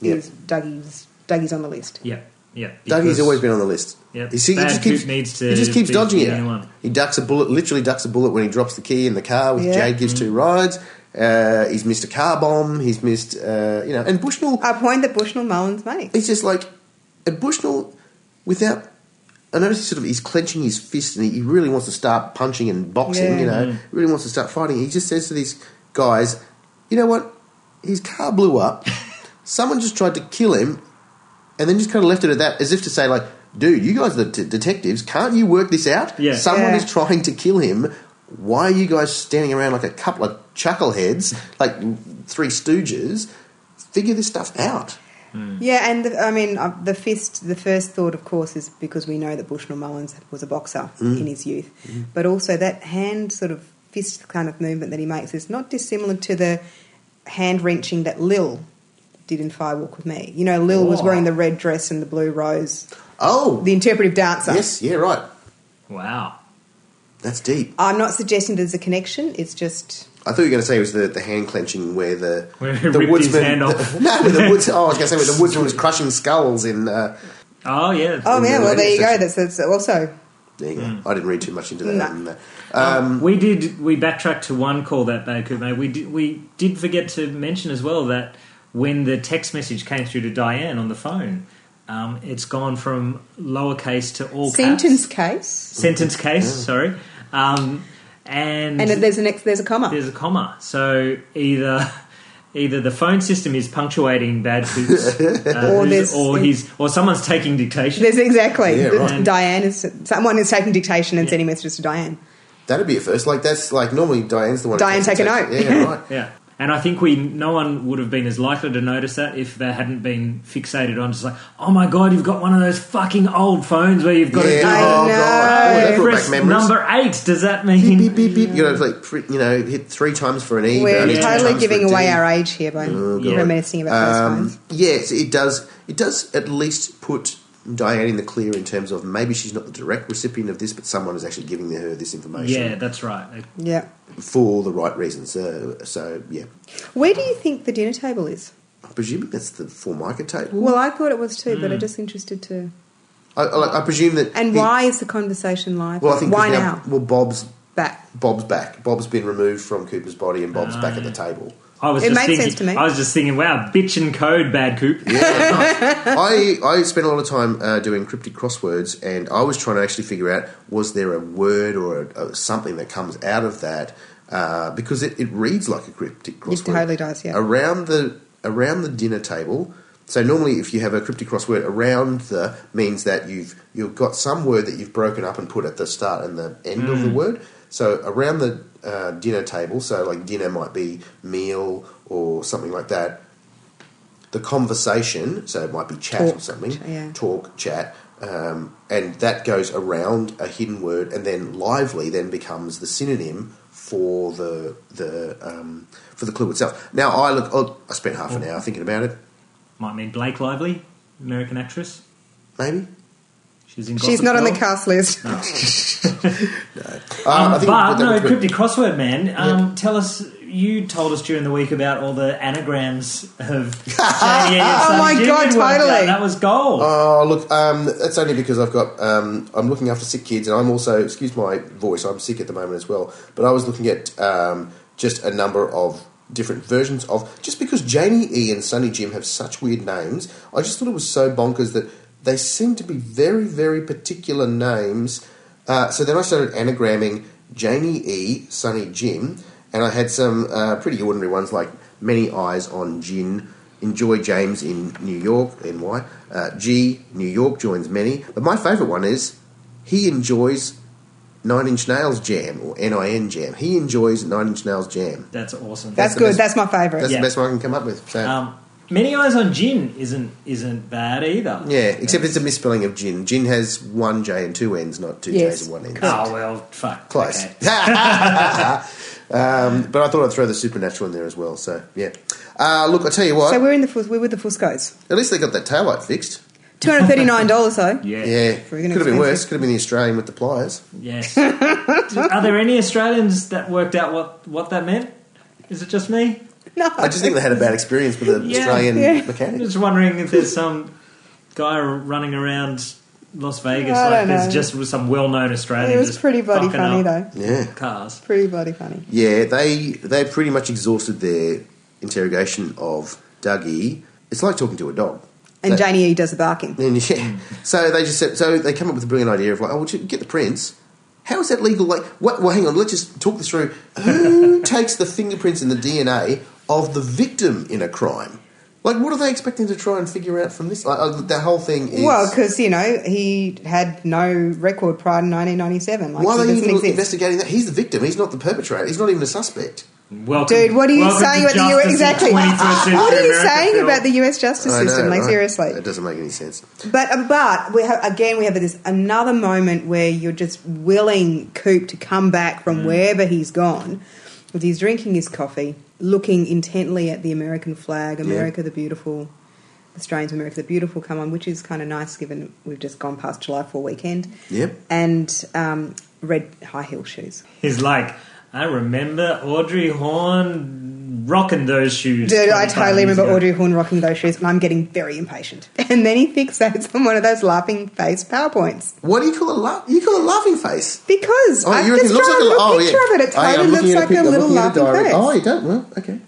Speaker 1: Yeah.
Speaker 3: is Dougie's. Dougie's on the list.
Speaker 4: yeah, yeah.
Speaker 1: Dougie's
Speaker 4: Because-
Speaker 1: always been on the list.
Speaker 4: Yep.
Speaker 1: You see, he
Speaker 4: Bad
Speaker 1: just keeps
Speaker 4: Coop needs to
Speaker 1: he just keeps
Speaker 4: be
Speaker 1: dodging
Speaker 4: the
Speaker 1: it.
Speaker 4: only one.
Speaker 1: He ducks a bullet, literally ducks a bullet when he drops the key in the car. With
Speaker 3: Yeah.
Speaker 1: Jade gives
Speaker 4: Mm.
Speaker 1: two rides. Uh, he's missed a car bomb. He's missed uh, you know, and Bushnell.
Speaker 3: A point that Bushnell Mullins makes.
Speaker 1: it's just like at Bushnell, without I notice he sort of he's clenching his fist and he really wants to start punching and boxing.
Speaker 3: Yeah.
Speaker 1: You know, really wants to start fighting. He just says to these guys, "You know what? His car blew up. Someone just tried to kill him, and then just kind of left it at that, as if to say, like, dude, you guys are the t- detectives. Can't you work this out?
Speaker 4: Yeah.
Speaker 1: Someone
Speaker 3: Yeah.
Speaker 1: is trying to kill him." Why are you guys standing around like a couple of chuckleheads, like three stooges? Figure this stuff out.
Speaker 3: Yeah, and the, I mean, uh, the fist, the first thought, of course, is because we know that Bushnell Mullins was a boxer in his youth. But also that hand sort of fist kind of movement that he makes is not dissimilar to the hand wrenching that Lil did in Firewalk with Me. You know, Lil was
Speaker 1: Oh.
Speaker 3: wearing the red dress and the blue rose,
Speaker 1: Oh,
Speaker 3: the interpretive dancer.
Speaker 1: Yes, yeah, right.
Speaker 4: Wow.
Speaker 1: That's deep.
Speaker 3: I'm not suggesting there's a connection, it's just.
Speaker 1: I thought you were going to say it was the, the hand clenching where the
Speaker 4: Where he
Speaker 1: the
Speaker 4: ripped his hand off.
Speaker 1: The, no, where the woods. Oh, I was going to say where the woodsman was crushing skulls in. Uh,
Speaker 4: Oh yeah.
Speaker 3: Oh,
Speaker 1: In
Speaker 3: yeah,
Speaker 1: the
Speaker 3: well, there you go.
Speaker 1: section.
Speaker 3: That's, that's also.
Speaker 1: there you go.
Speaker 4: Mm.
Speaker 1: I didn't read too much into that. uh, um,
Speaker 3: No.
Speaker 1: other than that.
Speaker 3: Um,
Speaker 4: we did. We backtracked to one call that Bad Coop made. We did. We did forget to mention as well that when the text message came through to Diane on the phone, um, it's gone from lowercase to all
Speaker 3: Sentence
Speaker 4: caps.
Speaker 3: case.
Speaker 4: sentence case. Sorry, um, and
Speaker 3: And there's an ex, there's a comma.
Speaker 4: there's a comma. So either either the phone system is punctuating bad suits, uh,
Speaker 3: Or
Speaker 4: or,
Speaker 3: there's-
Speaker 4: he's or someone's taking dictation.
Speaker 3: There's exactly.
Speaker 1: Yeah, right.
Speaker 3: Diane is someone is taking dictation and sending messages to Diane.
Speaker 1: That'd be a first. Like that's like normally Diane's the one. who
Speaker 3: Diane,
Speaker 1: takes the
Speaker 3: take a
Speaker 1: text.
Speaker 3: note.
Speaker 1: Yeah, right.
Speaker 4: Yeah. And I think we no one would have been as likely to notice that if they hadn't been fixated on just like, oh my god, you've got one of those fucking old phones where you've got
Speaker 1: yeah.
Speaker 4: to do
Speaker 3: I
Speaker 1: Oh
Speaker 4: the-
Speaker 3: know.
Speaker 1: god. Oh, that brought
Speaker 4: press
Speaker 1: back memories.
Speaker 4: number eight. Does that
Speaker 1: Beep,
Speaker 4: mean
Speaker 1: beep, beep, beep. You got to like pre- you know hit three times for an E. but
Speaker 3: We're
Speaker 1: only two
Speaker 3: totally
Speaker 1: times
Speaker 3: giving
Speaker 1: for Oh, a D.
Speaker 3: away our age here by
Speaker 4: God.
Speaker 3: reminiscing about those
Speaker 1: Um,
Speaker 3: times.
Speaker 1: Yes, it does. It does at least put Diane in the clear in terms of maybe she's not the direct recipient of this, but someone is actually giving her this information.
Speaker 4: Yeah, that's right.
Speaker 3: Yeah.
Speaker 1: for the right reasons. Uh, so yeah,
Speaker 3: Where do you think the dinner table is?
Speaker 1: I'm presuming that's the Formica table.
Speaker 3: Well, I thought it was too, but
Speaker 4: Mm.
Speaker 3: I'm just interested to.
Speaker 1: I, I, like- I presume that.
Speaker 3: And
Speaker 1: he-
Speaker 3: why is the conversation live?
Speaker 1: Well, I think
Speaker 3: why
Speaker 1: 'cause
Speaker 3: now?
Speaker 1: Well, Bob's
Speaker 3: Back.
Speaker 1: Bob's back. Bob's been removed from Cooper's body, and Bob's back at the table.
Speaker 4: I was
Speaker 3: It
Speaker 4: just
Speaker 3: makes
Speaker 4: thinking,
Speaker 3: sense to me.
Speaker 4: I was just thinking, wow, bitch and code, bad coop.
Speaker 1: I I spent a lot of time uh, doing cryptic crosswords, and I was trying to actually figure out was there a word or a, a something that comes out of that uh, because it, it reads like a cryptic crossword.
Speaker 3: totally does, yeah.
Speaker 1: Around the around the dinner table. So normally, if you have a cryptic crossword, around the means that you've you've got some word that you've broken up and put at the start and the end of the word. So around the uh, dinner table, so like dinner might be meal or something like that the conversation, so it might be chat
Speaker 3: Talk,
Speaker 1: or something,
Speaker 3: ch- yeah.
Speaker 1: talk, chat, Um, and that goes around a hidden word, and then lively then becomes the synonym for the the um, for the clue itself. Now I look. Oh, I spent half an hour thinking about it.
Speaker 4: Might mean Blake Lively, American actress.
Speaker 1: Maybe.
Speaker 4: She's in.
Speaker 3: She's
Speaker 4: Gossip
Speaker 3: not on the
Speaker 4: Girl.
Speaker 3: cast list.
Speaker 1: Um, I think
Speaker 4: but
Speaker 1: that
Speaker 4: no,
Speaker 1: was-
Speaker 4: cryptic crossword man. Um, Tell us. You told us during the week about all the anagrams of. oh
Speaker 3: Oh my God, totally.
Speaker 4: That was gold.
Speaker 1: Oh look, um, that's only because I've got um, I'm looking after sick kids, and I'm also excuse my voice, I'm sick at the moment as well. But I was looking at um, just a number of different versions of just because Jamie E and Sunny Jim have such weird names, I just thought it was so bonkers that they seem to be very very particular names. Uh, so then I started anagramming Jamie E Sunny Jim, and I had some uh, pretty ordinary ones like many eyes on gin. Enjoy James in New York, NY. Uh, G, New York joins many. But my favourite one is he enjoys Nine Inch Nails jam or NIN jam. He enjoys Nine Inch Nails jam.
Speaker 4: That's awesome.
Speaker 3: That's
Speaker 1: the
Speaker 3: good.
Speaker 1: best-
Speaker 3: That's my favourite.
Speaker 1: That's
Speaker 4: Yeah.
Speaker 1: the best one I can come up with. So,
Speaker 4: um, many eyes on gin isn't isn't bad either.
Speaker 1: yeah, except it's a misspelling of gin. Gin has one J and two N's, not two
Speaker 3: Yes,
Speaker 1: J's and one N.
Speaker 4: Oh well, fuck.
Speaker 1: Close.
Speaker 4: Okay.
Speaker 1: um, but I thought I'd throw the supernatural in there as well. So, yeah. Uh, look, I tell you what,
Speaker 3: So we're in the Fus- we're with the Fuscos.
Speaker 1: at least they got that taillight fixed.
Speaker 3: Two hundred thirty nine dollars though.
Speaker 4: Yeah.
Speaker 1: Yeah. Could
Speaker 3: Friggin'
Speaker 1: have been worse.
Speaker 3: expensive.
Speaker 1: Could have been the Australian with the pliers.
Speaker 4: Yes. Are there any Australians that worked out what what that meant? Is it just me?
Speaker 3: No,
Speaker 1: I just think they had a bad experience with the
Speaker 4: Yeah.
Speaker 1: Australian
Speaker 3: Yeah.
Speaker 4: I'm
Speaker 1: mechanic.
Speaker 4: just wondering if there's some guy running around Las Vegas
Speaker 3: I
Speaker 4: like
Speaker 3: don't
Speaker 4: there's
Speaker 3: know.
Speaker 4: just some well-known Australian.
Speaker 3: it was
Speaker 4: just
Speaker 3: pretty bloody
Speaker 4: fucking
Speaker 3: funny
Speaker 4: up
Speaker 3: though.
Speaker 1: Yeah,
Speaker 4: Cars.
Speaker 3: Pretty bloody funny.
Speaker 1: yeah. They they pretty much exhausted their interrogation of Dougie. It's like talking to a dog.
Speaker 3: And
Speaker 1: That-
Speaker 3: Janie E does the barking.
Speaker 1: And yeah, so they just said, so they come up with a brilliant idea of like, oh, well, get the prints. How is that legal? Like, what? Well, hang on. Let's just talk this through. Who takes the fingerprints and the DNA of the victim in a crime? Like, what are they expecting to try and figure out from this? Like, uh, the whole thing is
Speaker 3: Well, because you know he had no record prior to 1997. Like
Speaker 1: why
Speaker 3: he
Speaker 1: are they
Speaker 3: doesn't
Speaker 1: even
Speaker 3: exist.
Speaker 1: investigating that? He's the victim. He's not the perpetrator. He's not even a suspect.
Speaker 4: Welcome,
Speaker 3: Dude, what are you
Speaker 4: welcome
Speaker 3: saying
Speaker 4: to
Speaker 3: about the U-
Speaker 4: justice in
Speaker 3: exactly?
Speaker 4: 21st century
Speaker 3: What are you
Speaker 4: America,
Speaker 3: saying
Speaker 4: Phil.
Speaker 3: about the U.S. justice
Speaker 1: I know,
Speaker 3: system? like
Speaker 1: right?
Speaker 3: seriously,
Speaker 1: It doesn't make any sense.
Speaker 3: But uh, but we have, again we have this another moment where you're just willing Coop to come back
Speaker 4: Mm.
Speaker 3: from wherever he's gone, with he's drinking his coffee, looking intently at the American flag, America the beautiful, Australians America the beautiful come on, which is kind of nice given we've just gone past July Four weekend.
Speaker 1: Yep.
Speaker 3: and um, red high heel shoes.
Speaker 4: He's like, I remember Audrey Horn rocking those shoes.
Speaker 3: Dude, I
Speaker 4: 25
Speaker 3: totally
Speaker 4: years
Speaker 3: remember
Speaker 4: ago.
Speaker 3: Audrey Horn rocking those shoes, and I'm getting very impatient. And then he fixates on one of those laughing face powerpoints.
Speaker 1: What do you call a la- you call a laughing face?
Speaker 3: Because I've
Speaker 1: Oh, you reckon
Speaker 3: just drawn a little
Speaker 1: oh,
Speaker 3: picture of it. It
Speaker 1: I am
Speaker 3: totally
Speaker 1: looking
Speaker 3: looks
Speaker 1: at
Speaker 3: like
Speaker 1: pic-
Speaker 3: a
Speaker 1: I'm
Speaker 3: little
Speaker 1: looking at a
Speaker 3: laughing
Speaker 1: diary.
Speaker 3: face.
Speaker 1: Oh, you don't. Well, okay.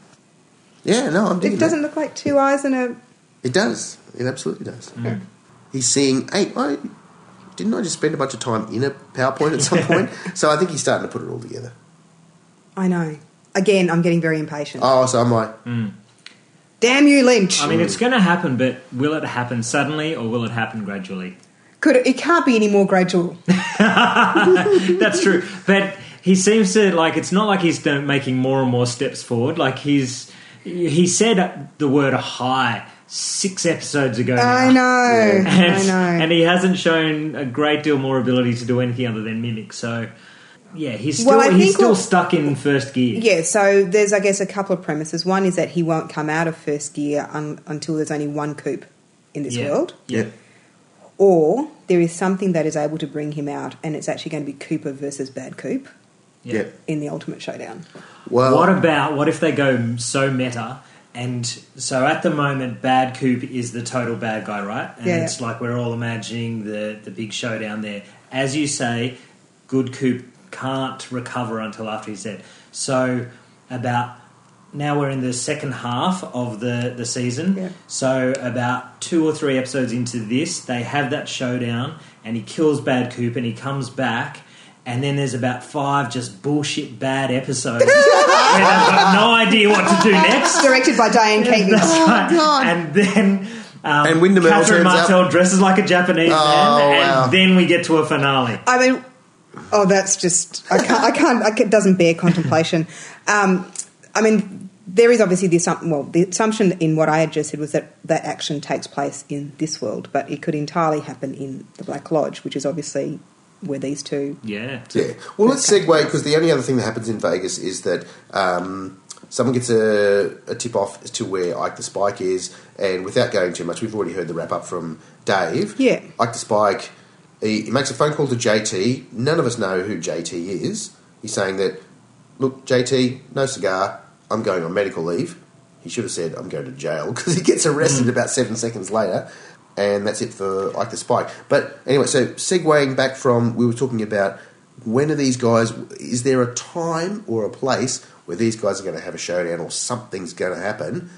Speaker 1: Yeah, no, I'm. digging
Speaker 3: it doesn't look like two eyes and a.
Speaker 1: It does. It absolutely does. He's seeing. Hey, I didn't I just spend a bunch of time in a PowerPoint at some point? So I think he's starting to put it all together.
Speaker 3: I know. Again, I'm getting very impatient.
Speaker 1: Oh, so am I?
Speaker 3: Damn you, Lynch!
Speaker 4: I mean, it's going to happen, but will it happen suddenly or will it happen gradually?
Speaker 3: Could it, it can't be any more gradual.
Speaker 4: That's true. But he seems to like it's not like he's done- making more and more steps forward. Like he's he said the word high six episodes ago.
Speaker 3: I
Speaker 4: now.
Speaker 3: know.
Speaker 4: And,
Speaker 3: I know.
Speaker 4: and he hasn't shown a great deal more ability to do anything other than mimic. So yeah, he's still
Speaker 3: Well, I
Speaker 4: he's
Speaker 3: think
Speaker 4: still
Speaker 3: we'll-
Speaker 4: stuck in first gear.
Speaker 3: Yeah, so there's, I guess, a couple of premises. One is that he won't come out of first gear un- until there's only one coop in this
Speaker 4: Yeah.
Speaker 3: world,
Speaker 1: Yeah.
Speaker 3: or there is something that is able to bring him out, and it's actually going to be Cooper versus Bad Coop
Speaker 1: Yeah.
Speaker 3: in the Ultimate Showdown.
Speaker 1: Well,
Speaker 4: What about what if they go so meta? And so at the moment, Bad Coop is the total bad guy, right? And
Speaker 3: Yeah.
Speaker 4: it's like we're all imagining the the big showdown there. As you say, Good Coop can't recover until after he's dead. So about now we're in the second half of the the season.
Speaker 3: Yeah.
Speaker 4: So about two or three episodes into this, they have that showdown, and he kills Bad Coop, and he comes back. And then there's about five just bullshit bad episodes where they've got no idea what to do next.
Speaker 3: Directed by Diane Oh, Keaton.
Speaker 4: That's right. And then um,
Speaker 1: And Windermere
Speaker 4: Catherine
Speaker 1: turns up.
Speaker 4: Martel dresses like a Japanese
Speaker 1: Oh,
Speaker 4: man, and
Speaker 1: wow.
Speaker 4: then we get to a finale.
Speaker 3: I mean, oh, that's just I can't. I can't. I can't it doesn't bear contemplation. Um, I mean, there is obviously the assumption, well, the assumption in what I had just said was that that action takes place in this world, but it could entirely happen in the Black Lodge, which is obviously where these two.
Speaker 4: Yeah.
Speaker 1: Yeah. Well, let's segue because the only other thing that happens in Vegas is that um, someone gets a, a tip off as to where Ike the Spike is, and without going too much, we've already heard the wrap up from Dave.
Speaker 3: Yeah.
Speaker 1: Ike the Spike, he, he makes a phone call to JT. None of us know who JT is. He's saying that, look, JT, no cigar. I'm going on medical leave. He should have said, I'm going to jail because he gets arrested about seven seconds later. And that's it for Ike the Spike. But anyway, so segueing back from, we were talking about when are these guys, is there a time or a place where these guys are going to have a showdown or something's going to happen?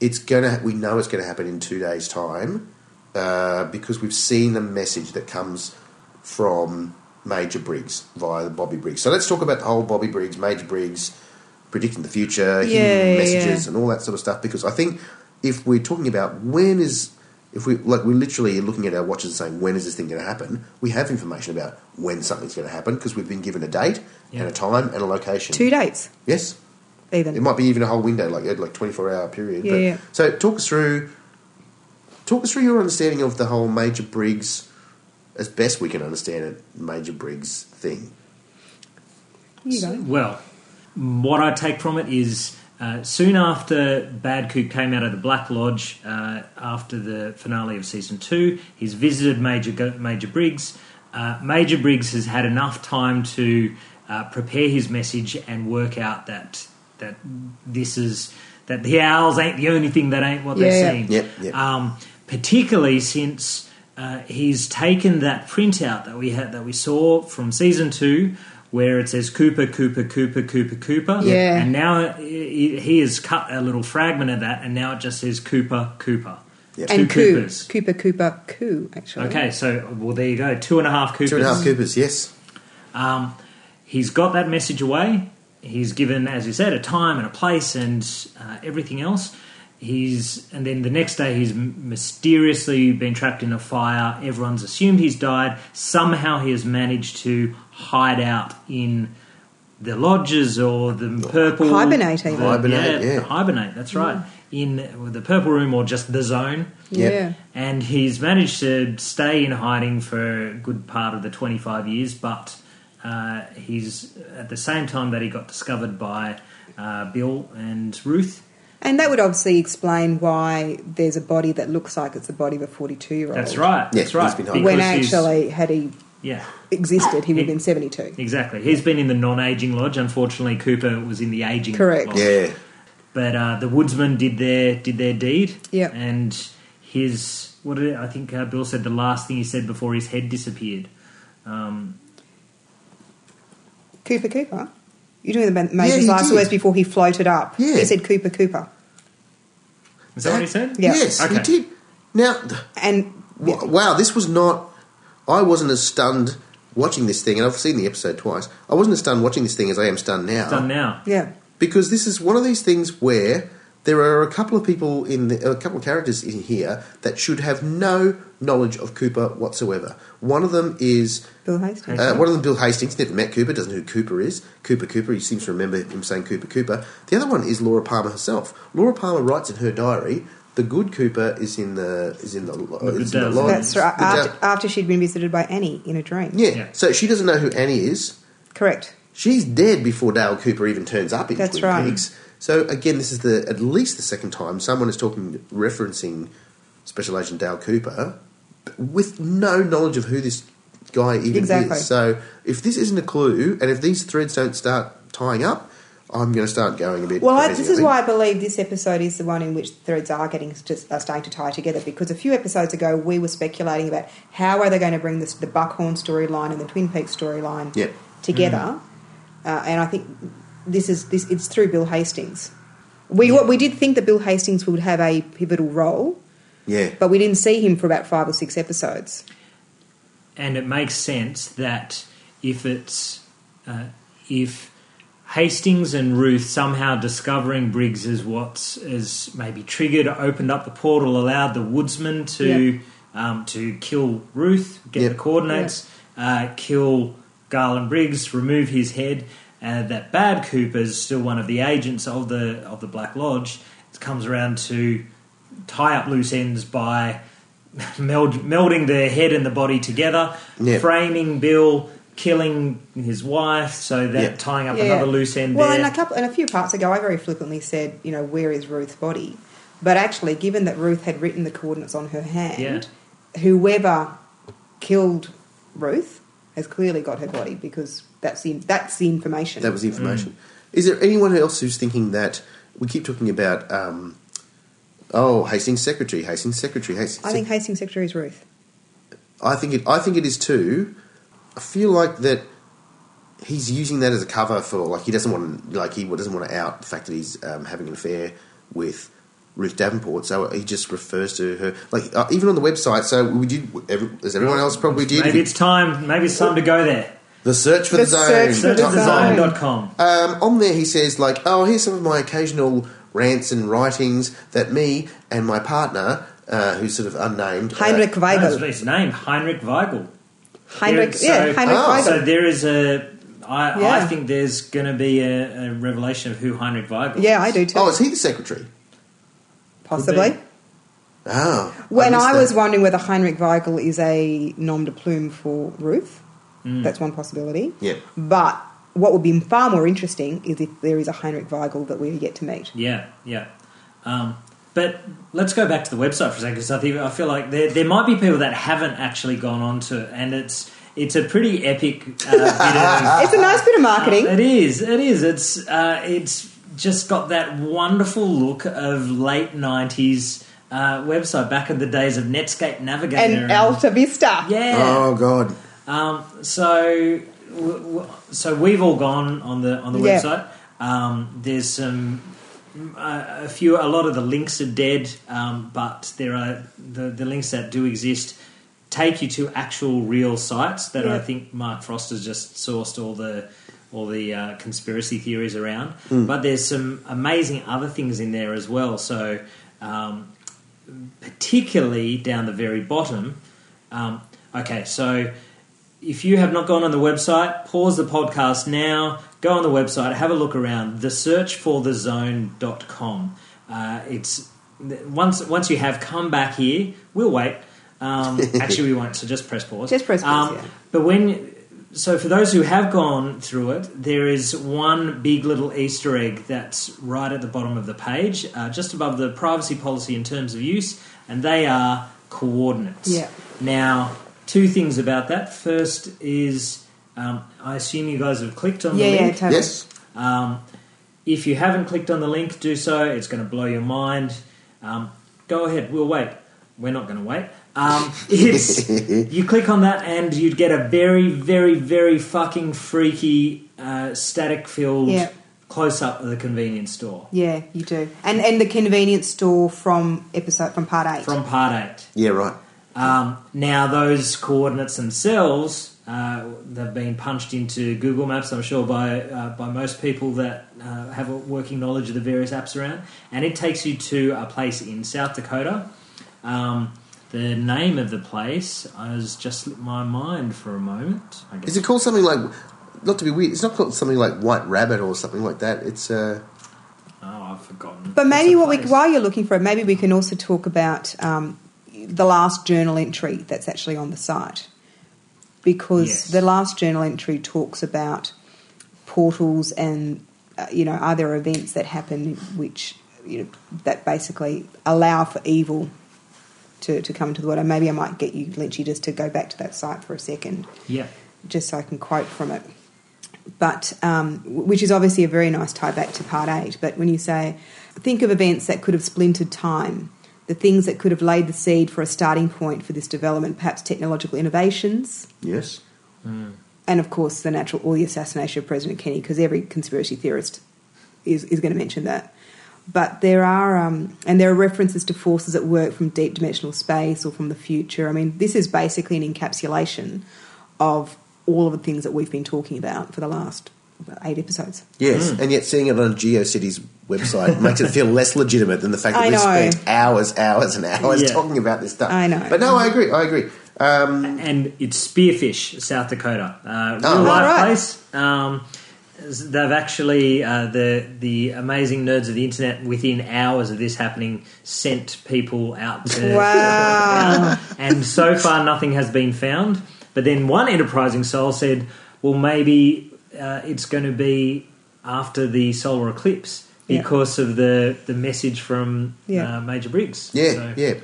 Speaker 1: It's going to, we know it's going to happen in two days' time uh, because we've seen the message that comes from Major Briggs via Bobby Briggs. So let's talk about the whole Bobby Briggs, Major Briggs, predicting the future,
Speaker 3: Yeah,
Speaker 1: hidden
Speaker 3: yeah,
Speaker 1: messages,
Speaker 3: yeah.
Speaker 1: and all that sort of stuff. Because I think if we're talking about when is if we like we're literally looking at our watches and saying when is this thing going to happen, we have information about when something's going to happen because we've been given a date
Speaker 4: Yeah.
Speaker 1: and a time and a location.
Speaker 3: Two dates,
Speaker 1: yes,
Speaker 3: even.
Speaker 1: it might be even a whole window, like like twenty four hour period.
Speaker 3: Yeah,
Speaker 1: but,
Speaker 3: yeah.
Speaker 1: So talk us through, talk us through your understanding of the whole Major Briggs, as best we can understand it, Major Briggs thing.
Speaker 3: you go.
Speaker 4: Well, what I take from it is uh, soon after Bad Coop came out of the Black Lodge uh, after the finale of season two, he's visited Major Go- Major Briggs. Uh, Major Briggs has had enough time to uh, prepare his message and work out that that this is that the owls ain't the only thing that ain't what
Speaker 3: Yeah.
Speaker 4: they're seeing.
Speaker 1: Yep, yep.
Speaker 4: Um, particularly since uh, he's taken that printout that we had that we saw from season two, where it says Cooper, Cooper, Cooper, Cooper, Cooper.
Speaker 3: Yeah.
Speaker 4: And now i- i- he has cut a little fragment of that, and now it just says Cooper, Cooper.
Speaker 1: Yep.
Speaker 4: Two
Speaker 3: and Coo.
Speaker 4: Coopers.
Speaker 3: Cooper, Cooper, Coo, actually.
Speaker 4: Okay, so well there you go, two and a half Coopers.
Speaker 1: Two and a half Coopers, yes.
Speaker 4: Um, he's got that message away. He's given, as you said, a time and a place and uh, everything else. He's and then the next day he's m- mysteriously been trapped in a fire. Everyone's assumed he's died. Somehow he has managed to hide out in the lodges or the purple
Speaker 3: Hibernate, even. Mm.
Speaker 4: the-
Speaker 1: Hibernate, yeah.
Speaker 4: the hibernate. That's right. In the purple room or just the zone
Speaker 1: Yep.
Speaker 3: Yeah.
Speaker 4: and he's managed to stay in hiding for a good part of the 25 years, but uh, he's at the same time that he got discovered by uh, Bill and Ruth.
Speaker 3: And that would obviously explain why there's a body that looks like it's the body of a 42 year old.
Speaker 4: That's right.
Speaker 1: Oh. Yeah,
Speaker 4: That's right.
Speaker 1: he's been hiding.
Speaker 3: When
Speaker 4: because he's-
Speaker 3: actually, had he
Speaker 4: yeah,
Speaker 3: existed, he would have been 72.
Speaker 4: exactly. He's been in the non-aging lodge. Unfortunately, Cooper was in the aging.
Speaker 3: Correct.
Speaker 4: Lodge.
Speaker 1: Yeah.
Speaker 4: But uh, the woodsman did their did their deed.
Speaker 3: Yeah.
Speaker 4: And his what did it, I think uh, Bill said the last thing he said before his head disappeared.
Speaker 3: Cooper, Cooper. You're doing the ma- Major's
Speaker 1: he
Speaker 3: last
Speaker 1: did.
Speaker 3: words before he floated up.
Speaker 1: Yeah.
Speaker 3: He said Cooper, Cooper.
Speaker 4: Is that what he said?
Speaker 3: Yeah.
Speaker 1: Yes, he
Speaker 4: Okay.
Speaker 1: did. Now, th-
Speaker 3: And
Speaker 1: w- wow, this was not. I wasn't as stunned watching this thing, and I've seen the episode twice. I wasn't as stunned watching this thing as I am stunned now.
Speaker 4: Done now.
Speaker 3: yeah,
Speaker 1: because this is one of these things where there are a couple of people in the, a couple of characters in here that should have no knowledge of Cooper whatsoever. One of them is
Speaker 3: Bill Hastings.
Speaker 1: uh, one of them, Bill Hastings, never met Cooper, doesn't know who Cooper is. Cooper, Cooper, he seems to remember him saying Cooper, Cooper. The other one is Laura Palmer herself. Laura Palmer writes in her diary, "The good Cooper is in the is in the,
Speaker 4: The
Speaker 1: is in the
Speaker 4: Bedell.
Speaker 1: lodge."
Speaker 3: That's right.
Speaker 1: Bedell.
Speaker 3: After, after she'd been visited by Annie in a dream.
Speaker 1: yeah.
Speaker 4: Yeah.
Speaker 1: so she doesn't know who Annie is.
Speaker 3: Correct.
Speaker 1: She's dead before Dale Cooper even turns up in
Speaker 3: That's
Speaker 1: Twin
Speaker 3: right.
Speaker 1: Peaks. So again, this is the at least the second time someone is talking referencing Special Agent Dale Cooper with no knowledge of who this guy even
Speaker 3: Exactly.
Speaker 1: is. So if this isn't a clue, and if these threads don't start tying up, I'm going to start going a bit.
Speaker 3: Well, I,
Speaker 1: crazy,
Speaker 3: this is
Speaker 1: think.
Speaker 3: why I believe this episode is the one in which threads are getting just are starting to tie together. Because a few episodes ago, we were speculating about how are they going to bring this the Buckhorn storyline and the Twin Peaks storyline
Speaker 1: Yep. Mm.
Speaker 3: together. Uh, and I think this is this it's through Bill Hastings. We what we did think that Bill Hastings would have a pivotal role,
Speaker 1: Yeah,
Speaker 3: but we didn't see him for about five or six episodes.
Speaker 4: and it makes sense that if it's uh, if Hastings and Ruth somehow discovering Briggs is what's is maybe triggered, opened up the portal, allowed the woodsman to um, to kill Ruth, get
Speaker 1: Yep.
Speaker 4: the coordinates, uh, kill Garland Briggs, remove his head, and that bad Cooper's still one of the agents of the of the Black Lodge. It comes around to tie up loose ends by meld, melding the head and the body together,
Speaker 1: Yeah.
Speaker 4: framing Bill, killing his wife, so that
Speaker 1: Yeah.
Speaker 4: tying up
Speaker 3: Yeah.
Speaker 4: another loose end
Speaker 3: Well,
Speaker 4: there.
Speaker 3: and a couple and a few parts ago, I very flippantly said, you know, where is Ruth's body? But actually, given that Ruth had written the coordinates on her hand, whoever killed Ruth has clearly got her body because that's the that's the information.
Speaker 1: That was the information. Is there anyone else who's thinking that we keep talking about? Um, oh, Hastings Secretary, Hastings Secretary, Hastings.
Speaker 3: I think Hastings Secretary is Ruth.
Speaker 1: I think it. I think it is too. I feel like that he's using that as a cover for like he doesn't want to, like he doesn't want to out the fact that he's um, having an affair with Ruth Davenport. So he just refers to her like uh, even on the website. So we did every, as everyone else probably did.
Speaker 4: maybe it's time. Maybe it's time to go there.
Speaker 1: the search for the,
Speaker 3: The
Speaker 1: zone.
Speaker 3: search for
Speaker 1: dot
Speaker 3: the
Speaker 1: com.
Speaker 3: zone.
Speaker 4: Searchforthezone.com.
Speaker 1: Um, on there, he says, like, oh, here's some of my occasional rants and writings that me and my partner, uh, who's sort of unnamed, uh,
Speaker 3: Heinrich
Speaker 4: That's
Speaker 3: Weigel.
Speaker 4: his name, Heinrich Weigel.
Speaker 3: Heinrich,
Speaker 4: so-
Speaker 3: yeah, Heinrich
Speaker 1: Ah.
Speaker 3: Weigel.
Speaker 4: So there is a. I, I
Speaker 3: Yeah.
Speaker 4: think there's going to be a, a revelation of who Heinrich Weigel.
Speaker 3: yeah,
Speaker 4: is.
Speaker 3: I do too.
Speaker 1: oh, is he the secretary?
Speaker 3: possibly.
Speaker 4: Could
Speaker 1: Oh,
Speaker 3: When
Speaker 1: missed
Speaker 3: I
Speaker 1: that.
Speaker 3: was wondering whether Heinrich Weigel is a nom de plume for Ruth,
Speaker 4: Hmm.
Speaker 3: that's one possibility.
Speaker 1: Yeah.
Speaker 3: But what would be far more interesting is if there is a Heinrich Weigel that we get to meet.
Speaker 4: Yeah, yeah. Um, but let's go back to the website for a second because I think I feel like there there might be people that haven't actually gone on to, it, and it's it's a pretty epic uh,
Speaker 3: It's a nice bit of
Speaker 4: bit
Speaker 3: marketing.
Speaker 4: of, It is, it is. It's uh, it's just got that wonderful look of late nineties uh, website back in the days of Netscape Navigator
Speaker 3: and Alta Vista.
Speaker 4: Yeah.
Speaker 1: Oh God!
Speaker 4: Um, so, w- w- so we've all gone on the on the
Speaker 3: Yeah.
Speaker 4: website. Um, there's some uh, a few. A lot of the links are dead, um, but there are the, the links that do exist take you to actual real sites that I
Speaker 3: Yeah.
Speaker 4: think Mark Frost has just sourced all the all the uh, conspiracy theories around. But there's some amazing other things in there as well. So. Um, particularly down the very bottom. Um, okay, so if you have not gone on the website, pause the podcast now, go on the website, have a look around, thesearchforthezone.com. Uh, it's once once you have come back here, we'll wait. Um, actually, we won't. So just press pause. Um,
Speaker 3: Just press pause, yeah.
Speaker 4: But when so for those who have gone through it, there is one big little Easter egg that's right at the bottom of the page, uh, just above the privacy policy in terms of use, and they are coordinates.
Speaker 3: Yeah.
Speaker 4: Now, two things about that. First is, um, I assume you guys have clicked on
Speaker 3: Yeah,
Speaker 4: the
Speaker 3: yeah,
Speaker 4: link.
Speaker 3: totally.
Speaker 1: Yes,
Speaker 4: Um, if you haven't clicked on the link, do so. It's going to blow your mind. Um, go ahead. We'll wait. We're not going to wait. Um, it's you click on that and you'd get a very, very, very fucking freaky uh, static filled
Speaker 3: Yeah.
Speaker 4: close up of the convenience store
Speaker 3: Yeah, you do. And and the convenience store from episode from part eight.
Speaker 4: from part eight.
Speaker 1: yeah, right.
Speaker 4: Um, now, those coordinates themselves, uh, they've been punched into Google Maps, I'm sure, by, uh, by most people that uh, have a working knowledge of the various apps around. And it takes you to a place in South Dakota. Um, the name of the place has just slipped my mind for a moment. I guess.
Speaker 1: Is it called something like? Not to be weird, it's not called something like White Rabbit or something like that. It's uh,
Speaker 4: Oh, I've forgotten.
Speaker 3: But maybe
Speaker 4: It's a
Speaker 3: what we,
Speaker 4: place.
Speaker 3: while you're looking for it, maybe we can also talk about um, the last journal entry that's actually on the site. Because
Speaker 4: Yes.
Speaker 3: the last journal entry talks about portals and, uh, you know, are there events that happen which, you know, that basically allow for evil to, to come into the world. And maybe I might get you, Lynchy, just to go back to that site for a second
Speaker 4: Yeah.
Speaker 3: just so I can quote from it. But um, which is obviously a very nice tie back to part eight. But when you say, think of events that could have splintered time, the things that could have laid the seed for a starting point for this development, perhaps technological innovations,
Speaker 1: yes,
Speaker 3: and of course the natural or the assassination of President Kennedy, because every conspiracy theorist is, is going to mention that. But there are um, and there are references to forces at work from deep dimensional space or from the future. I mean, this is basically an encapsulation of all of the things that we've been talking about for the last eight episodes.
Speaker 1: yes,
Speaker 4: Mm.
Speaker 1: and yet seeing it on GeoCities website makes it feel less legitimate than the fact that
Speaker 3: I
Speaker 1: we
Speaker 3: know.
Speaker 1: spent hours, hours, and hours
Speaker 4: Yeah.
Speaker 1: talking about this stuff.
Speaker 3: I know.
Speaker 1: but no, I agree, I agree. Um,
Speaker 4: and it's Spearfish, South Dakota, uh, real
Speaker 1: Oh,
Speaker 4: life
Speaker 3: right.
Speaker 4: place. Um, they've actually uh, the the amazing nerds of the internet within hours of this happening sent people out to
Speaker 3: Wow.
Speaker 4: and so far nothing has been found. But then one enterprising soul said, "Well, maybe uh, it's going to be after the solar eclipse
Speaker 3: Yeah.
Speaker 4: because of the the message from
Speaker 3: Yeah.
Speaker 4: uh, Major Briggs."
Speaker 1: Yeah,
Speaker 4: So-
Speaker 1: yeah.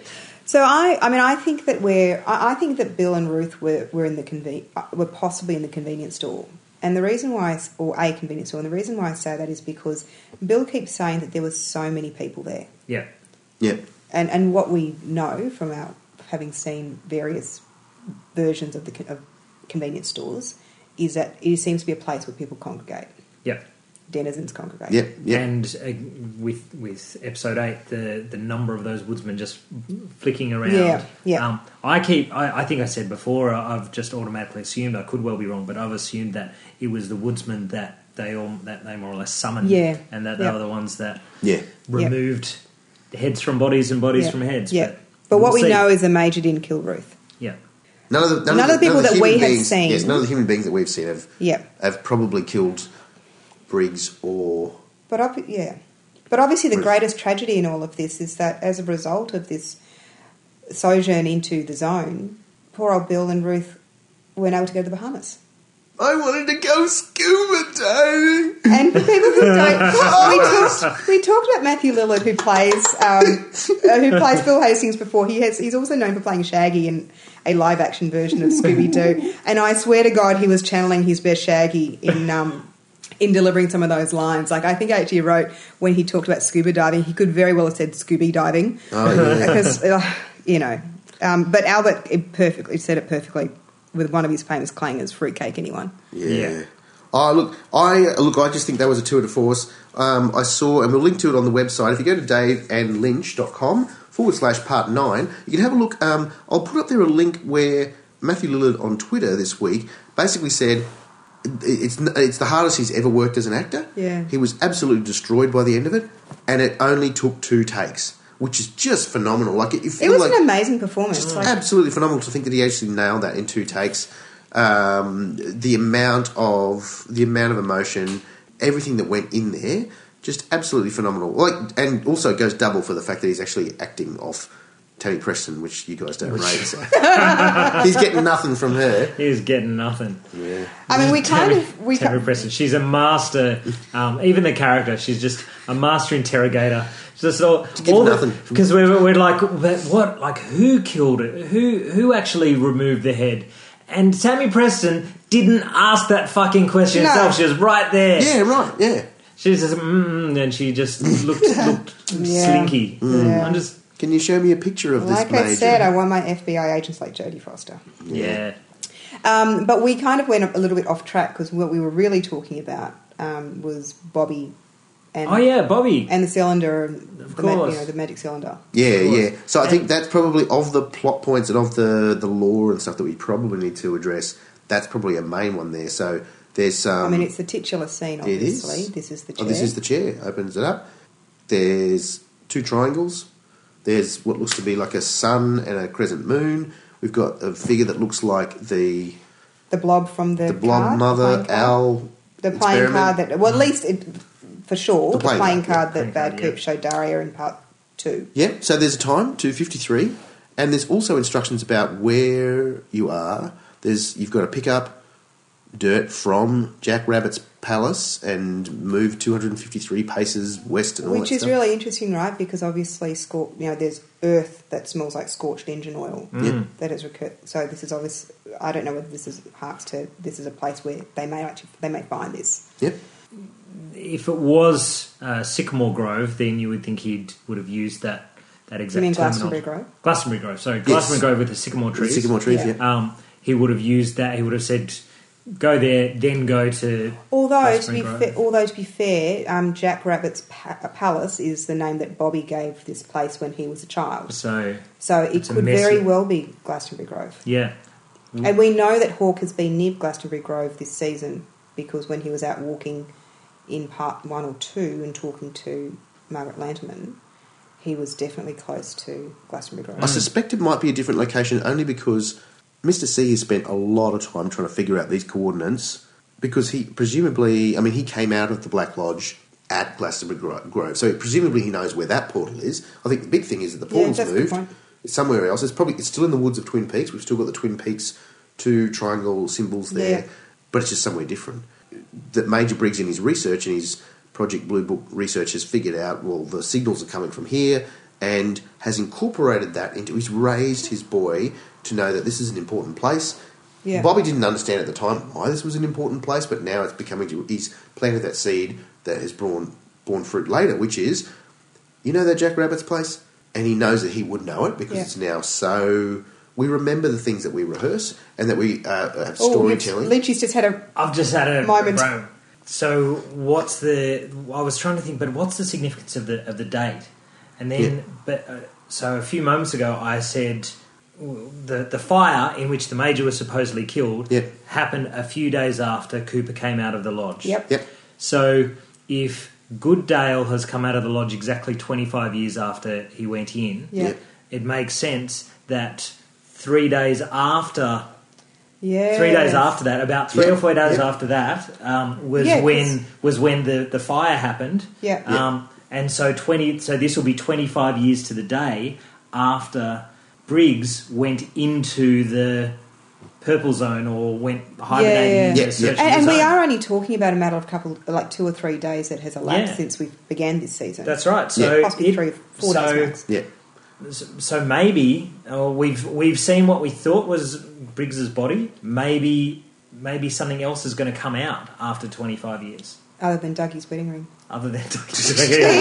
Speaker 3: So I, I mean, I think that we're, I, I think that Bill and Ruth were, were in the conven, uh, were possibly in the convenience store, and the reason why, I s- or a convenience store, and the reason why I say that is because Bill keeps saying that there were so many people there,
Speaker 4: yeah.
Speaker 1: Yeah.
Speaker 3: and and what we know from our having seen various versions of the con- of convenience stores is that it seems to be a place where people congregate,
Speaker 4: Yeah.
Speaker 3: denizens congregate.
Speaker 1: Yeah. Yeah.
Speaker 4: And uh, with with episode eight, the the number of those woodsmen just flicking around.
Speaker 3: Yeah, yeah.
Speaker 4: Um, I keep. I, I think I said before. I- I've just automatically assumed. I could well be wrong, but I've assumed that it was the woodsmen that they all that they more or less summoned.
Speaker 3: Yeah,
Speaker 4: And that they
Speaker 3: yeah.
Speaker 4: were the ones that
Speaker 1: Yeah.
Speaker 4: removed heads from bodies and bodies
Speaker 3: Yeah,
Speaker 4: from heads.
Speaker 3: Yeah. But,
Speaker 4: But,
Speaker 3: what we
Speaker 4: we'll see.
Speaker 3: know is the major didn't kill Ruth.
Speaker 4: yeah.
Speaker 1: None of the none,
Speaker 3: None
Speaker 1: of
Speaker 3: of the people that
Speaker 1: human
Speaker 3: we have
Speaker 1: beings-
Speaker 3: seen-
Speaker 1: Yes, none of the human beings that we've seen have
Speaker 3: Yeah.
Speaker 1: have probably killed Briggs or
Speaker 3: But ob- yeah, but obviously the
Speaker 1: Ruth.
Speaker 3: greatest tragedy in all of this is that as a result of this sojourn into the zone, poor old Bill and Ruth weren't able to go to the Bahamas.
Speaker 1: I wanted to go scuba diving.
Speaker 3: And for people who don't, we talked, we talked about Matthew Lillard who plays um, uh, who plays Bill Hastings before. He has he's also known for playing Shaggy in a live action version of Scooby Doo. And I swear to God, he was channeling his best Shaggy in. Um, in delivering some of those lines, like I think I actually wrote when he talked about scuba diving, he could very well have said Scooby diving
Speaker 1: Oh, yeah.
Speaker 3: because uh, you know. Um, but Albert it perfectly said it perfectly with one of his famous clangers, "Fruitcake, anyone."
Speaker 1: Yeah.
Speaker 4: Yeah.
Speaker 1: Oh look, I look. I just think that was a tour de force. Um, I saw, and we'll link to it on the website. If you go to daveandlynch.com forward slash part nine, you can have a look. Um, I'll put up there a link where Matthew Lillard on Twitter this week basically said it- it's it's the hardest he's ever worked as an actor.
Speaker 3: Yeah.
Speaker 1: he was absolutely destroyed by the end of it, and it only took two takes, which is just phenomenal. Like you
Speaker 3: It
Speaker 1: feel
Speaker 3: was
Speaker 1: like
Speaker 3: an amazing performance. Like,
Speaker 1: absolutely phenomenal to think that he actually nailed that in two takes. Um, the amount of the amount of emotion, everything that went in there, just absolutely phenomenal. Like, and also goes double for the fact that he's actually acting off Tammy Preston, which you guys don't rate. So. he's getting nothing from her.
Speaker 4: He's getting nothing.
Speaker 1: Yeah,
Speaker 3: I mean, we kind
Speaker 4: Terry,
Speaker 3: of we
Speaker 4: Terry
Speaker 3: ki-
Speaker 4: Preston. She's a master. Um, even the character, she's just a master interrogator. She's Just all,
Speaker 1: give
Speaker 4: all
Speaker 1: nothing.
Speaker 4: Because we're, we're like, "But what? Like, who killed it? Who who actually removed the head? And Sammy Preston didn't ask that fucking question
Speaker 3: No.
Speaker 4: herself. She was right there.
Speaker 1: yeah, right. Yeah,
Speaker 4: She was just, mm, and she just looked looked
Speaker 3: Yeah.
Speaker 4: slinky.
Speaker 3: Yeah.
Speaker 4: I'm just,
Speaker 1: can you show me a picture of this?
Speaker 3: like
Speaker 1: major?
Speaker 3: I said, I want my FBI agents like Jodie Foster.
Speaker 4: yeah.
Speaker 3: Um, but we kind of went a little bit off track because what we were really talking about um, was Bobby and
Speaker 4: Oh yeah, Bobby.
Speaker 3: and the cylinder, and
Speaker 4: Of
Speaker 3: the, ma-
Speaker 4: course.
Speaker 3: you know, the magic cylinder.
Speaker 1: Yeah,
Speaker 4: Sure.
Speaker 1: yeah. So I think
Speaker 4: And-
Speaker 1: that's probably of the plot points and of the the law and stuff that we probably need to address. That's probably a main one there. So there's um, some.
Speaker 3: I mean, it's the titular scene,
Speaker 1: it is.
Speaker 3: obviously. This is the chair.
Speaker 1: Oh, this is the chair. Opens it up. There's two triangles. There's what looks to be like a sun and a crescent moon. We've got a figure that looks like the
Speaker 3: The blob from the
Speaker 1: the blonde
Speaker 3: card,
Speaker 1: mother
Speaker 3: the playing card.
Speaker 1: owl.
Speaker 3: the playing
Speaker 1: experiment.
Speaker 3: card that well, at least it, for sure,
Speaker 1: The
Speaker 3: the
Speaker 1: playing
Speaker 3: playing,
Speaker 1: card, yeah.
Speaker 3: card that
Speaker 4: Playing
Speaker 3: Bad
Speaker 4: card,
Speaker 3: Coop
Speaker 4: yeah.
Speaker 3: showed Daria in part two.
Speaker 1: Yeah, so there's a time, 2.53, and there's also instructions about where you are. There's You've got to pick up dirt from Jack Rabbit's palace and move 253 paces west and all
Speaker 3: Which
Speaker 1: that
Speaker 3: is
Speaker 1: stuff.
Speaker 3: really interesting, right? Because obviously, scor- you know, there's earth that smells like scorched engine oil.
Speaker 4: Mm.
Speaker 1: Yeah.
Speaker 3: That is recur- so. This is obvious. I don't know whether this is harks to. This is a place where they may actually they may find this.
Speaker 1: Yep.
Speaker 4: if it was uh, Sycamore Grove, then you would think he would have used that that exact.
Speaker 3: You mean
Speaker 4: terminology.
Speaker 3: Glastonbury Grove?
Speaker 4: Glastonbury Grove. Sorry, Glastonbury Grove with the sycamore
Speaker 1: The
Speaker 4: trees.
Speaker 1: sycamore trees,
Speaker 3: Yeah.
Speaker 1: yeah.
Speaker 4: Um, he would have used that. He would have said, "Go there, then go to."
Speaker 3: Although to
Speaker 4: Glastonbury
Speaker 3: be
Speaker 4: Grove."
Speaker 3: fa- although to be fair, um, Jack Rabbit's pa- palace is the name that Bobby gave this place when he was a child.
Speaker 4: so
Speaker 3: So it
Speaker 4: It's a
Speaker 3: could
Speaker 4: messy-
Speaker 3: very well be Glastonbury Grove.
Speaker 4: yeah,
Speaker 3: And we know that Hawk has been near Glastonbury Grove this season because when he was out walking in part one or two and talking to Margaret Lanterman, he was definitely close to Glastonbury Grove.
Speaker 1: I suspect it might be a different location only because Mr. C has spent a lot of time trying to figure out these coordinates because he presumably, I mean, he came out of the Black Lodge at Glastonbury Gro- Grove, so presumably he knows where that portal is. I think the big thing is that the
Speaker 3: Yeah,
Speaker 1: portal's
Speaker 3: that's a good
Speaker 1: moved.
Speaker 3: point.
Speaker 1: It's somewhere else. It's probably it's still in the woods of Twin Peaks. We've still got the Twin Peaks two triangle symbols there,
Speaker 3: Yeah.
Speaker 1: but it's just somewhere different. That Major Briggs in his research and his Project Blue Book research has figured out. Well, the signals are coming from here, and has incorporated that into. He's raised his boy to know that this is an important place.
Speaker 3: Yeah.
Speaker 1: Bobby didn't understand at the time why this was an important place, but now it's becoming. to- He's planted that seed that has borne borne fruit later, which is you know that Jack Rabbit's place? And he knows that he would know it because
Speaker 3: Yeah.
Speaker 1: it's now so. We remember the things that we rehearse and that we uh, have
Speaker 3: Oh, we've-
Speaker 1: storytelling.
Speaker 3: Leachy's just had a.
Speaker 4: I've just had a
Speaker 3: Moment.
Speaker 4: bro. So what's the? I was trying to think, but what's the significance of the of the date? And then,
Speaker 1: Yeah.
Speaker 4: but uh, so a few moments ago, I said w- the the fire in which the major was supposedly killed
Speaker 1: Yeah.
Speaker 4: happened a few days after Cooper came out of the lodge.
Speaker 3: Yep.
Speaker 1: Yep.
Speaker 4: So if Good Dale has come out of the lodge exactly 25 years after he went in,
Speaker 3: Yeah.
Speaker 1: Yep.
Speaker 4: it makes sense that three days after
Speaker 3: Yeah.
Speaker 4: three days after that, about three
Speaker 1: Yeah.
Speaker 4: or four days
Speaker 1: Yeah.
Speaker 4: after that, um, was
Speaker 3: Yeah, 'cause-
Speaker 4: when was when the, the fire happened.
Speaker 3: Yeah.
Speaker 1: Yeah.
Speaker 4: Um, and so twenty, so this will be twenty five years to the day after Briggs went into the purple zone or went hibernating.
Speaker 3: Yeah, yeah.
Speaker 4: into
Speaker 1: Yeah, yeah.
Speaker 4: the
Speaker 3: And,
Speaker 4: search for
Speaker 3: and
Speaker 4: the
Speaker 3: we
Speaker 4: zone.
Speaker 3: are only talking about a matter of couple, like two or three days that has elapsed
Speaker 4: Yeah.
Speaker 3: since we began this season.
Speaker 4: That's right. So
Speaker 3: Yeah. Possibly
Speaker 4: it-
Speaker 3: three, four
Speaker 4: so,
Speaker 3: days max.
Speaker 1: Yeah.
Speaker 4: so maybe uh, we've we've seen what we thought was Briggs's body. Maybe maybe something else is going to come out after twenty five years.
Speaker 3: other than Dougie's wedding ring.
Speaker 4: Other than
Speaker 3: Which,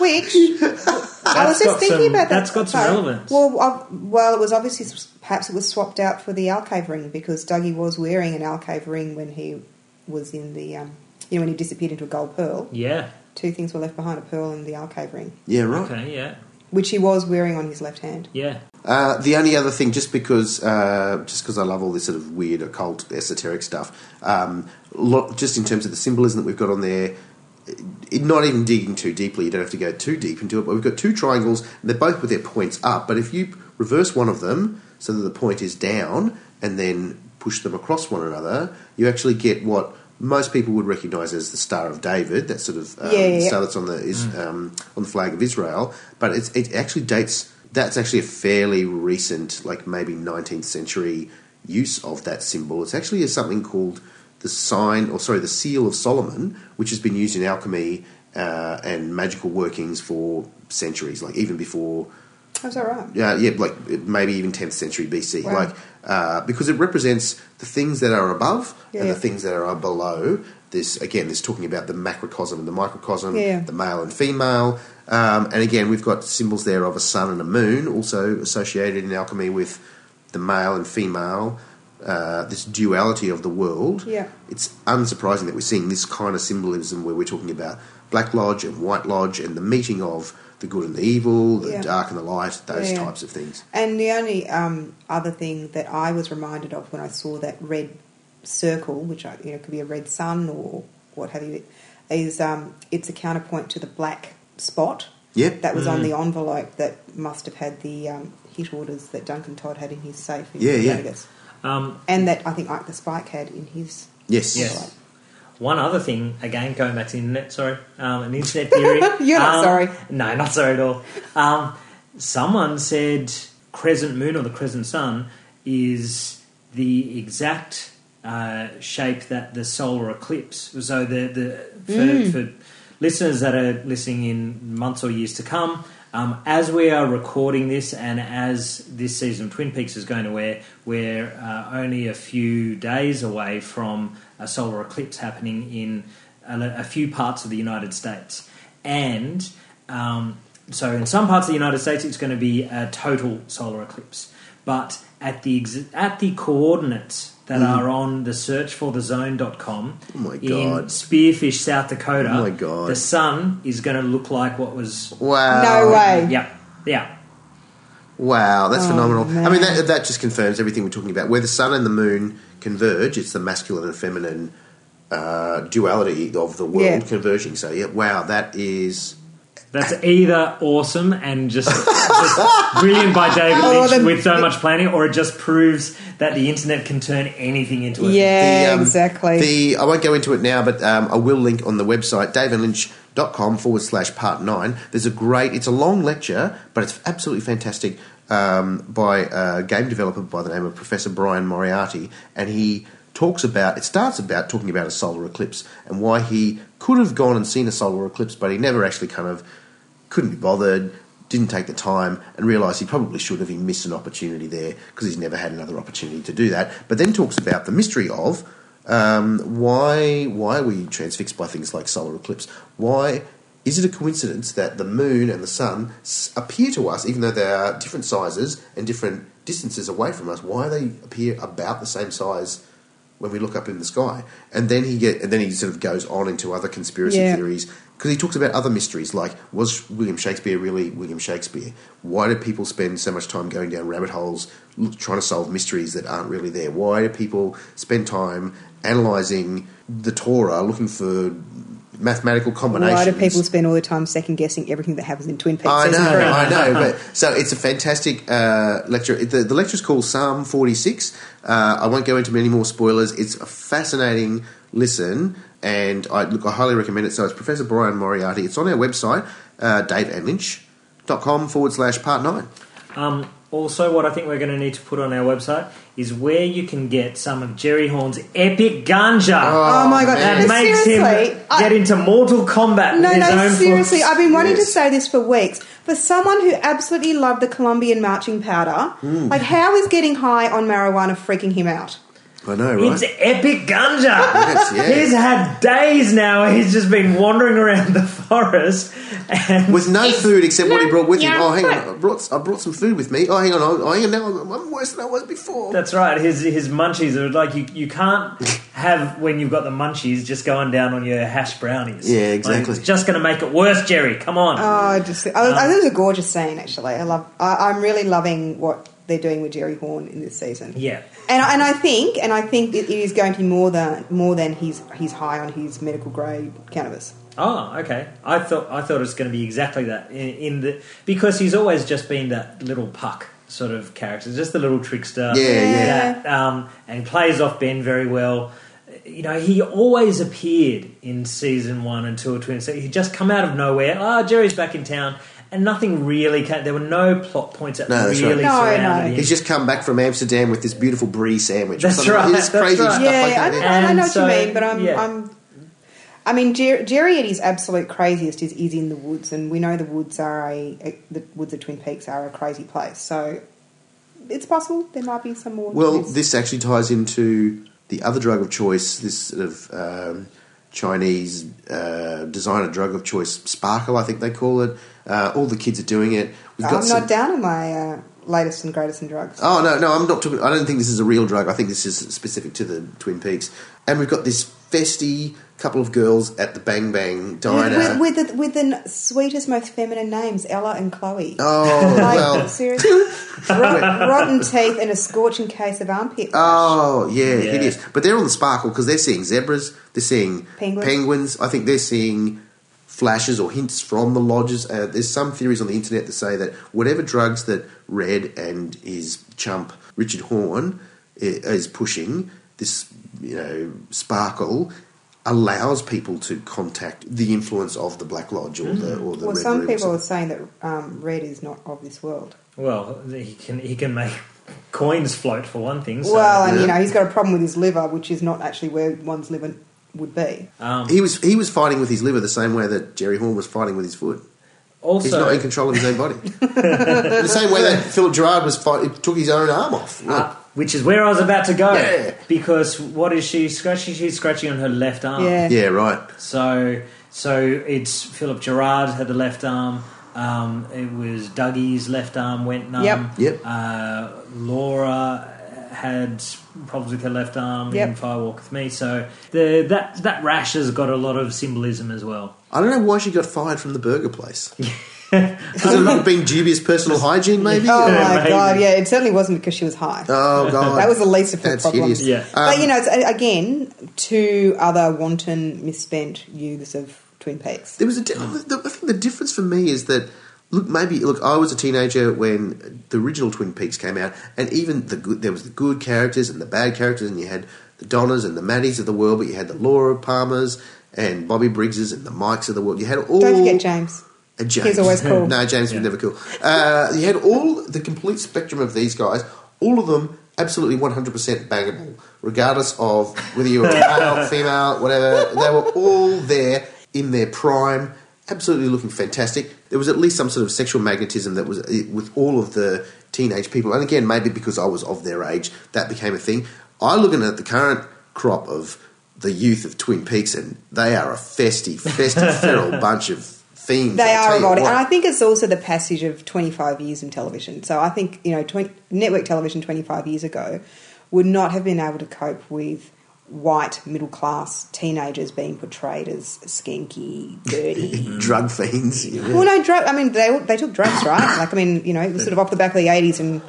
Speaker 3: which I was
Speaker 4: That's
Speaker 3: just
Speaker 4: got
Speaker 3: thinking
Speaker 4: some-
Speaker 3: about that.
Speaker 4: that's got some
Speaker 3: part.
Speaker 4: relevance.
Speaker 3: Well, i well, it was obviously perhaps it was swapped out for the alcove ring because Dougie was wearing an alcove ring when he was in the, um, you know, when he disappeared into a gold pearl.
Speaker 4: Yeah.
Speaker 3: Two things were left behind: a pearl and the alcove ring,
Speaker 1: Yeah, right.
Speaker 4: Okay. Yeah.
Speaker 3: which he was wearing on his left hand.
Speaker 4: Yeah.
Speaker 1: Uh, the only other thing, just because, uh, just because I love all this sort of weird occult esoteric stuff, um, lo- just in terms of the symbolism that we've got on there, it, not even digging too deeply, you don't have to go too deep into it. But we've got two triangles, and they're both with their points up. But if you reverse one of them so that the point is down, and then push them across one another, you actually get what most people would recognise as the Star of David, that sort of um,
Speaker 3: Yeah, yeah, yeah.
Speaker 1: star that's on the is, um, on the flag of Israel. But it's, it actually dates. That's actually a fairly recent, like maybe 19th century use of that symbol. It's actually something called the sign, or sorry, the seal of Solomon, which has been used in alchemy uh, and magical workings for centuries, like even before
Speaker 3: That was all right.
Speaker 1: yeah, yeah, like maybe even 10th century BC,
Speaker 3: Wow.
Speaker 1: like uh, because it represents the things that are above and
Speaker 3: Yeah.
Speaker 1: the things that are below. This again, this talking about the macrocosm and the microcosm,
Speaker 3: Yeah.
Speaker 1: the male and female, um, and again we've got symbols there of a sun and a moon, also associated in alchemy with the male and female. Uh, this duality of the world.
Speaker 3: Yeah.
Speaker 1: It's unsurprising that we're seeing this kind of symbolism where we're talking about Black Lodge and White Lodge and the meeting of the good and the evil, the
Speaker 3: Yeah.
Speaker 1: dark and the light, those
Speaker 3: Yeah.
Speaker 1: types of things.
Speaker 3: And the only um, other thing that I was reminded of when I saw that red circle, which I, you know could be a red sun or what have you, is um, it's a counterpoint to the black spot
Speaker 1: Yep.
Speaker 3: that was
Speaker 4: Mm.
Speaker 3: on the envelope that must have had the um, hit orders that Duncan Todd had in his safe. In
Speaker 1: Yeah, yeah.
Speaker 3: Vegas.
Speaker 4: Um,
Speaker 3: And that I think Ike the Spike had in his.
Speaker 1: yes.
Speaker 4: yes. One other thing, again, going back to the internet, sorry, um, an internet theory.
Speaker 3: You're not
Speaker 4: Um,
Speaker 3: sorry.
Speaker 4: No, not sorry at all. Um, someone said crescent moon or the crescent sun is the exact uh, shape that the solar eclipse. So the the for, for listeners that are listening in months or years to come. Um, as we are recording this, and as this season of Twin Peaks is going to air, we're uh, only a few days away from a solar eclipse happening in a, a few parts of the United States and um, so in some parts of the United States, it's going to be a total solar eclipse. But at the ex- at the coordinates that are on the searchforthezone.com
Speaker 1: Mm. Oh my
Speaker 4: in
Speaker 1: God.
Speaker 4: Spearfish, South Dakota,
Speaker 1: Oh my God.
Speaker 4: the sun is going to look like what was.
Speaker 1: Wow.
Speaker 3: No way.
Speaker 4: Yeah, yeah,
Speaker 1: Wow, that's
Speaker 3: Oh,
Speaker 1: phenomenal. I
Speaker 3: man.
Speaker 1: mean, that, that just confirms everything we're talking about. Where the sun and the moon converge, it's the masculine and feminine uh, duality of the world
Speaker 3: Yeah.
Speaker 1: converging. So, yeah, wow, that is
Speaker 4: That's either awesome and just, just brilliant by David
Speaker 3: Oh,
Speaker 4: Lynch
Speaker 3: then-
Speaker 4: with so much planning, or it just proves that the internet can turn anything into a
Speaker 3: Yeah,
Speaker 1: um,
Speaker 3: exactly.
Speaker 1: The I won't go into it now, but um, I will link on the website davidlynch.com forward slash part nine. There's a great. It's a long lecture, but it's absolutely fantastic um, by a game developer by the name of Professor Brian Moriarty, and he talks about. It starts about talking about a solar eclipse and why he could have gone and seen a solar eclipse, but he never actually kind of couldn't be bothered, didn't take the time, and realised he probably should have. He missed an opportunity there because he's never had another opportunity to do that. But then talks about the mystery of um, why why are we transfixed by things like solar eclipse? Why is it a coincidence that the moon and the sun s- appear to us, even though they are different sizes and different distances away from us? Why they appear about the same size? When we look up in the sky, and then he get, and then he sort of goes on into other conspiracy
Speaker 3: Yeah.
Speaker 1: theories because he talks about other mysteries like was William Shakespeare really William Shakespeare? Why do people spend so much time going down rabbit holes l- trying to solve mysteries that aren't really there? Why do people spend time analyzing the Torah looking for mathematical combinations?
Speaker 3: Why do people spend all their time second guessing everything that happens in Twin Peaks?
Speaker 1: I know,
Speaker 3: season three?
Speaker 1: I know. But so it's a fantastic uh, lecture. It- The, the lecture's called Psalm 46. Uh, I won't go into many more spoilers. It's a fascinating listen, and I look, I highly recommend it. So it's Professor Brian Moriarty. It's on our website, uh, daveandlynch.com forward slash part nine.
Speaker 4: Um, also, what I think we're going to need to put on our website is where you can get some of Jerry Horn's epic ganja.
Speaker 3: Oh my god!
Speaker 4: that
Speaker 1: man.
Speaker 3: But
Speaker 4: makes
Speaker 3: seriously,
Speaker 4: him
Speaker 3: I-
Speaker 4: get into Mortal Kombat.
Speaker 3: No,
Speaker 4: with his
Speaker 3: no,
Speaker 4: own
Speaker 3: seriously.
Speaker 4: force.
Speaker 3: I've been wanting
Speaker 1: Yes.
Speaker 3: to say this for weeks. For someone who absolutely loved the Colombian marching powder,
Speaker 4: Mm.
Speaker 3: like how is getting high on marijuana freaking him out?
Speaker 1: I know,
Speaker 4: It's
Speaker 1: right?
Speaker 4: epic ganja.
Speaker 1: yeah.
Speaker 4: He's had days now. where He's just been wandering around the forest, and
Speaker 1: With no food except what he brought with him.
Speaker 4: yeah,
Speaker 1: Oh, hang
Speaker 4: right.
Speaker 1: on, I brought, I brought some food with me. Oh, hang on, oh, hang on. Now I'm, I'm worse than I was before.
Speaker 4: that's right. His his munchies are like you. You can't have when you've got the munchies just going down on your hash brownies.
Speaker 1: Yeah,
Speaker 4: Like,
Speaker 1: exactly.
Speaker 4: it's just going to make it worse, Jerry. Come on.
Speaker 3: Oh, I just, I, I think it was a gorgeous scene. Actually, I love. I, I'm really loving what they're doing with Jerry Horn in this season.
Speaker 4: yeah.
Speaker 3: And, I- and I think, and I think it is going to be more than more than he's he's high on his medical grade cannabis.
Speaker 4: Oh, okay. I thought I thought it was going to be exactly that in, in the because he's always just been that little puck sort of character, just the little trickster.
Speaker 1: Yeah, yeah.
Speaker 4: That, um, and plays off Ben very well. You know, he always appeared in season one and two or two. And so he just come out of nowhere. Ah, Jerry's back in town, and nothing really. Came, there were no plot points that
Speaker 1: No, that's right.
Speaker 4: really
Speaker 3: No, no.
Speaker 4: surrounded him.
Speaker 1: He's just come back from Amsterdam with this beautiful brie sandwich. or
Speaker 4: That's
Speaker 1: something.
Speaker 4: right,
Speaker 1: It's
Speaker 4: that's
Speaker 1: crazy
Speaker 4: right.
Speaker 1: stuff
Speaker 3: yeah,
Speaker 1: like
Speaker 3: I,
Speaker 1: that.
Speaker 3: know,
Speaker 1: yeah.
Speaker 3: I
Speaker 4: And
Speaker 3: know what
Speaker 4: so,
Speaker 3: you mean, but I'm,
Speaker 4: yeah.
Speaker 3: I'm, I mean, Jer- Jerry at his absolute craziest is, is in the woods, and we know the woods are a, a the woods of Twin Peaks are a crazy place, so it's possible there might be some more. to
Speaker 1: Well, this actually ties into the other drug of choice, this sort of um, Chinese uh, designer drug of choice, Sparkle, I think they call it. Uh, all the kids are doing it. We've
Speaker 3: I'm
Speaker 1: some-
Speaker 3: not down on my uh, latest and greatest in drugs.
Speaker 1: Oh no, no, I'm not talking. I don't think this is a real drug. I think this is specific to the Twin Peaks. And we've got this festy couple of girls at the Bang Bang Diner.
Speaker 3: with, with, with, the, with the sweetest, most feminine names, Ella and Chloe.
Speaker 1: oh
Speaker 3: Like,
Speaker 1: well.
Speaker 3: seriously, Rot- rotten teeth and a scorching case of armpit. rash.
Speaker 1: Oh yeah,
Speaker 4: Yeah.
Speaker 1: hideous. But they're on the sparkle because they're seeing zebras, they're seeing
Speaker 3: Penguins.
Speaker 1: I think they're seeing flashes or hints from the lodges. Uh, there's some theories on the internet that say that whatever drugs that Red and his chump Richard Horn i- is pushing, this you know sparkle allows people to contact the influence of the Black Lodge or the or the
Speaker 3: Mm. Well,
Speaker 1: Red
Speaker 3: some
Speaker 1: Room or
Speaker 3: people are
Speaker 1: something.
Speaker 3: saying that um, red is not of this world.
Speaker 4: Well, he can he can make coins float for one thing. So,
Speaker 3: Well, and you
Speaker 1: Yeah.
Speaker 3: know, he's got a problem with his liver, which is not actually where one's liver would be.
Speaker 4: um,
Speaker 1: He was he was fighting with his liver the same way that Jerry Horn was fighting with his foot.
Speaker 4: also
Speaker 1: He's not in control of his own body. the same way that Philip Gerard was fight, took his own arm off. Look.
Speaker 3: Ah.
Speaker 4: Uh, which is where I was about to go.
Speaker 1: Yeah.
Speaker 4: Because what is she scratching? She's scratching on her left arm.
Speaker 3: yeah.
Speaker 1: yeah, right.
Speaker 4: So so it's Philip Gerrard had the left arm. Um, it was Dougie's left arm went numb.
Speaker 3: Yep.
Speaker 1: Yep.
Speaker 4: Uh, Laura had problems with her left arm in
Speaker 3: Yep.
Speaker 4: Firewalk with Me. So the that that rash has got a lot of symbolism as well.
Speaker 1: I don't know why she got fired from the burger place. Because of not being dubious personal hygiene, maybe?
Speaker 3: Oh
Speaker 4: Yeah,
Speaker 3: my
Speaker 4: maybe.
Speaker 3: god! Yeah, it certainly wasn't because she was high.
Speaker 1: Oh, God.
Speaker 3: that was the least of her
Speaker 1: That's
Speaker 3: problems.
Speaker 1: hideous. Um,
Speaker 4: Yeah.
Speaker 3: uh, but you know, it's, again, two other wanton, misspent youths of Twin Peaks.
Speaker 1: There was a. Di- the, I think the difference for me is that look, maybe look, I was a teenager when the original Twin Peaks came out, and even the good, there was the good characters and the bad characters, and you had the Donners and the Maddies of the world, but you had the Laura Palmers and Bobby Briggses and the Mikes of the world. You had all.
Speaker 3: Don't forget James.
Speaker 1: Uh, James.
Speaker 3: He's always cool.
Speaker 1: no, James
Speaker 4: Yeah.
Speaker 1: was never cool. Uh, you had all the complete spectrum of these guys. All of them absolutely 100% bangable, regardless of whether you were male, female, whatever. They were all there in their prime, absolutely looking fantastic. There was at least some sort of sexual magnetism that was eh, with all of the teenage people. And again, maybe because I was of their age, that became a thing. I looking at the current crop of the youth of Twin Peaks, and they are a festive, festive, feral bunch of fiends.
Speaker 3: They
Speaker 1: I'll
Speaker 3: are
Speaker 1: tell you
Speaker 3: evolving,
Speaker 1: what.
Speaker 3: and I think it's also the passage of 25 years in television. So I think you know, 20, network television 25 years ago would not have been able to cope with white middle class teenagers being portrayed as skanky, dirty.
Speaker 1: drug fiends. you know.
Speaker 3: well, no drug. I mean, they they took drugs, right? Like, I mean, you know, it was sort of off the back of the 80s, and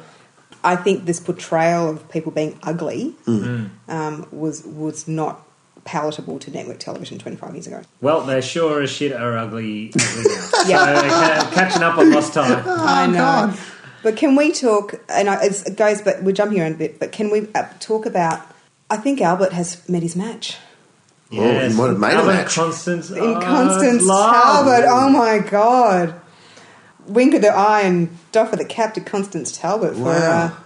Speaker 3: I think this portrayal of people being ugly
Speaker 1: Mm.
Speaker 3: um, was was not palatable to network television 25 years ago.
Speaker 4: Well, they sure as shit are ugly, ugly now.
Speaker 3: Yeah.
Speaker 4: So, uh, catching up on lost time.
Speaker 3: I know. Oh, But can we talk? And I, it's, it goes, but we're jumping around a bit. But can we uh, talk about? I think Albert has met his match
Speaker 1: Oh, you might have made a
Speaker 4: Albert
Speaker 1: match.
Speaker 4: Constance.
Speaker 3: in
Speaker 1: Oh,
Speaker 3: Constance Talbot. Oh my god! Wink of the eye and doff of the cap to Constance Talbot for uh,
Speaker 1: Wow.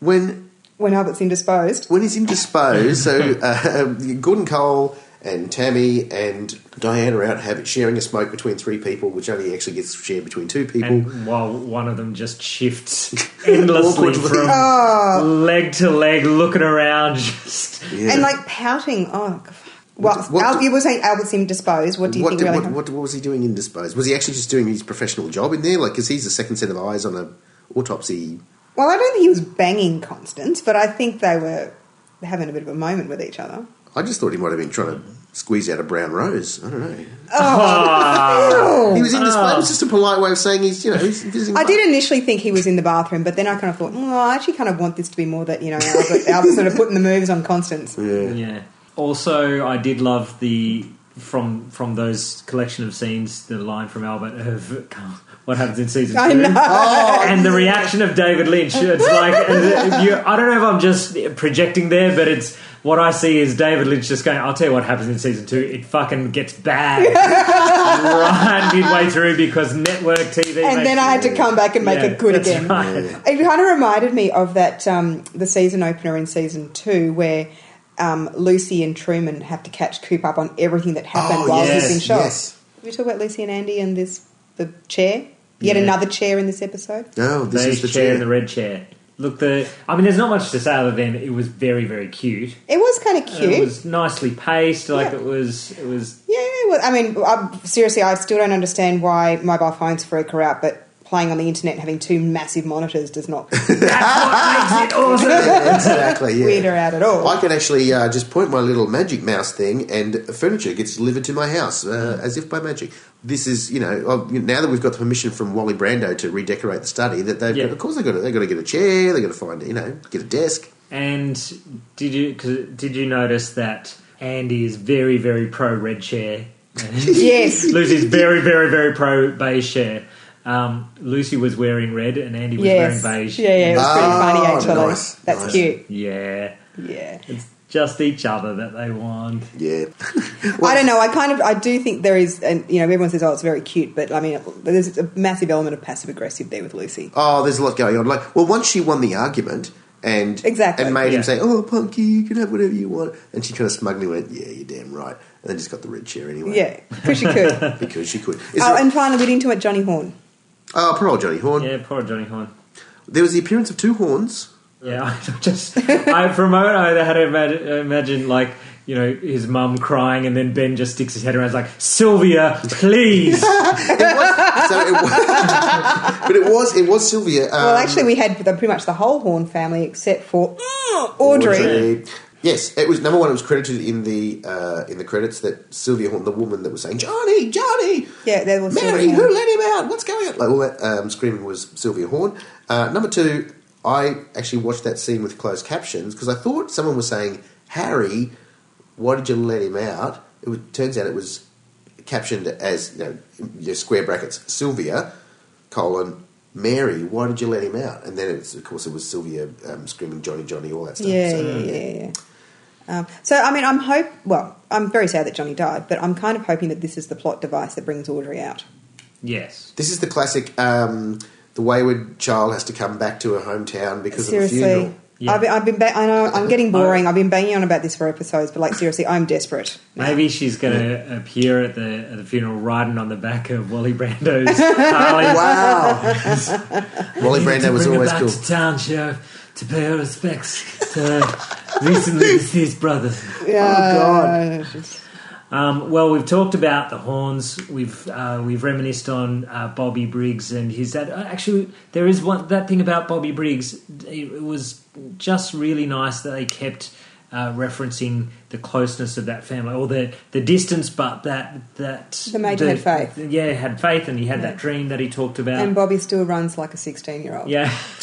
Speaker 1: When
Speaker 3: when Albert's indisposed.
Speaker 1: when he's indisposed, so uh, Gordon Cole and Tammy and Diane are out having, sharing a smoke between three people, which only actually gets shared between two people.
Speaker 4: And while one of them just shifts endlessly
Speaker 1: Awkwardly.
Speaker 4: from
Speaker 3: Ah.
Speaker 4: leg to leg, looking around, just
Speaker 1: Yeah.
Speaker 3: And like pouting, oh, f- well,
Speaker 1: What- what-
Speaker 3: Al- you were saying Albert's indisposed. What do you
Speaker 1: what,
Speaker 3: think
Speaker 1: did-
Speaker 3: really?
Speaker 1: what, what, what was he doing indisposed? Was he actually just doing his professional job in there? Like, because he's the second set of eyes on a autopsy.
Speaker 3: well, I don't think he was banging Constance, but I think they were having a bit of a moment with each other.
Speaker 1: I just thought he might have been trying to squeeze out a brown rose. I don't know.
Speaker 3: Ew.
Speaker 1: Uh, He was indisposed. It was just a polite way of saying he's, you know, he's visiting.
Speaker 3: Oh, ah. I did initially think he was in the bathroom, but then I kind of thought, well, I actually kind of want this to be more that, you know, Albert, Albert sort of putting the moves on Constance.
Speaker 1: Yeah.
Speaker 4: yeah. Also, I did love the from from those collection of scenes, the line from Albert of what happens in season
Speaker 3: I
Speaker 4: two.
Speaker 3: know.
Speaker 4: and the reaction of David Lynch, it's like, you, I don't know if I'm just projecting there, but it's what I see is David Lynch just going, I'll tell you what happens in season two, it fucking gets bad right midway through because network TV.
Speaker 3: And
Speaker 4: makes
Speaker 3: then I had to come back and make
Speaker 4: Yeah,
Speaker 3: it good
Speaker 4: that's
Speaker 3: again.
Speaker 4: right.
Speaker 3: It kind of reminded me of that, um, the season opener in season two where um, Lucy and Truman have to catch Coop up on everything that happened
Speaker 1: Oh,
Speaker 3: while
Speaker 4: yes,
Speaker 3: he's in shock.
Speaker 1: yes.
Speaker 3: Did we talk about Lucy and Andy and this, the chair? Yet
Speaker 4: Yeah.
Speaker 3: another chair in this episode?
Speaker 1: No, Oh, this
Speaker 4: beige
Speaker 1: is the
Speaker 4: chair,
Speaker 1: chair.
Speaker 4: and the red chair. Look, the I mean, there's not much to say other than it was very, very cute.
Speaker 3: It was kind of
Speaker 4: And
Speaker 3: cute.
Speaker 4: It was nicely paced. Like
Speaker 3: Yeah.
Speaker 4: it was, it was.
Speaker 3: Yeah, well, I mean, I, seriously, I still don't understand why mobile phones freak her out, but playing on the internet and having two massive monitors does not
Speaker 4: That's what makes it awesome.
Speaker 1: exactly. Yeah.
Speaker 3: weird her out at all.
Speaker 1: I can actually uh, just point my little magic mouse thing, and furniture gets delivered to my house uh,
Speaker 3: Mm.
Speaker 1: as if by magic. This is, you know, uh, now that we've got the permission from Wally Brando to redecorate the study, that they've
Speaker 4: Yeah.
Speaker 1: got, of course they got to, they got to get a chair, they got to find, you know, get a desk.
Speaker 4: And did you cause, did you notice that Andy is very very pro red chair?
Speaker 3: yes.
Speaker 4: Lucy's very very very pro beige chair. Um, Lucy was wearing red and Andy was
Speaker 3: Yes.
Speaker 4: wearing beige.
Speaker 3: Yeah, yeah, it was
Speaker 1: Oh,
Speaker 3: pretty funny actually.
Speaker 1: nice,
Speaker 3: That's
Speaker 1: nice.
Speaker 3: cute.
Speaker 4: yeah.
Speaker 3: Yeah.
Speaker 4: It's just each other that they want.
Speaker 1: Yeah.
Speaker 3: I don't know. I kind of, I do think there is, and you know, everyone says, "Oh, it's very cute," but I mean, there's a massive element of passive aggressive there with Lucy.
Speaker 1: Oh, there's a lot going on. Like, well, once she won the argument. And
Speaker 3: Exactly.
Speaker 1: and made
Speaker 4: Yeah.
Speaker 1: him say, "Oh, Punky, you can have whatever you want." And she kind of smugly went, "Yeah, you're damn right." And then just got the red chair anyway,
Speaker 3: Yeah, because she could. oh,
Speaker 1: because she could. Is there-
Speaker 3: and finally, we didn't talk about Johnny Horn.
Speaker 1: oh, poor old Johnny Horn.
Speaker 4: Yeah, poor Johnny Horn.
Speaker 1: There was the appearance of two horns.
Speaker 4: Yeah, I just I, for a moment I had to imagine, imagine like you know his mum crying and then Ben just sticks his head around and is like Sylvia, please.
Speaker 1: so it was, but it was it was Sylvia. Um,
Speaker 3: Well, actually, we had the, pretty much the whole Horn family except for mm, Audrey.
Speaker 1: um, Yes, it was number one. It was credited in the uh, in the credits that Sylvia Horn, the woman that was saying Johnny, Johnny,
Speaker 3: Yeah, there was
Speaker 1: Mary,
Speaker 3: Sylvia Horn.
Speaker 1: who let him out? What's going on? Like all that um, screaming was Sylvia Horn. Uh, number two, I actually watched that scene with closed captions because I thought someone was saying Harry, why did you let him out? It was, turns out it was captioned as you know your square brackets Sylvia colon Mary. Why did you let him out? And then it's of course it was Sylvia um, screaming Johnny Johnny all that stuff.
Speaker 3: Yeah,
Speaker 1: So-
Speaker 3: yeah, yeah, yeah. Um, so I mean, I'm hope. Well, I'm very sad that Johnny died, but I'm kind of hoping that this is the plot device that brings Audrey out.
Speaker 4: Yes.
Speaker 1: This is the classic. Um, the wayward child has to come back to her hometown because of the
Speaker 3: Seriously,
Speaker 1: funeral.
Speaker 4: Yeah.
Speaker 3: I've been, I've been ba- I know I'm getting boring. I've been banging on about this for episodes, but like seriously, I'm desperate.
Speaker 4: Maybe she's going to appear at the at the funeral riding on the back of Wally Brando's Harley.
Speaker 1: Wow. Wally Brando was
Speaker 4: bring
Speaker 1: always
Speaker 4: her
Speaker 1: cool.
Speaker 4: back to town, Sheriff, to pay her respects to her recently deceased brother.
Speaker 1: oh,
Speaker 3: Yeah.
Speaker 4: Um, well, we've talked about the horns. We've uh, we've reminisced on uh, Bobby Briggs and his that. uh, Actually, there is one that thing about Bobby Briggs. It, it was just really nice that they kept uh, referencing the closeness of that family, or the the distance, but that that
Speaker 3: The major had faith.
Speaker 4: Yeah, had faith, and he had that dream that he talked about.
Speaker 3: And Bobby still runs like a 16 year old.
Speaker 4: Yeah,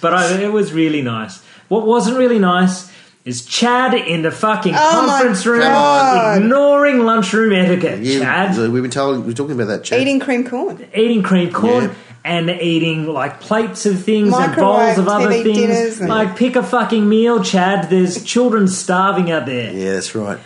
Speaker 4: but I, it was really nice. What wasn't really nice is Chad in the fucking
Speaker 3: Oh my
Speaker 4: conference room
Speaker 3: God.
Speaker 4: ignoring lunchroom etiquette.
Speaker 1: You-
Speaker 4: Chad
Speaker 1: We've been told, we were talking about that, Chad.
Speaker 3: Eating cream corn.
Speaker 4: eating cream corn.
Speaker 1: Yeah.
Speaker 4: And eating like plates of things and
Speaker 3: Microwave
Speaker 4: bowls of other
Speaker 3: TV
Speaker 4: things.
Speaker 3: dinners and-
Speaker 4: Like, pick a fucking meal, Chad. There's children starving out there.
Speaker 1: Yeah, that's right.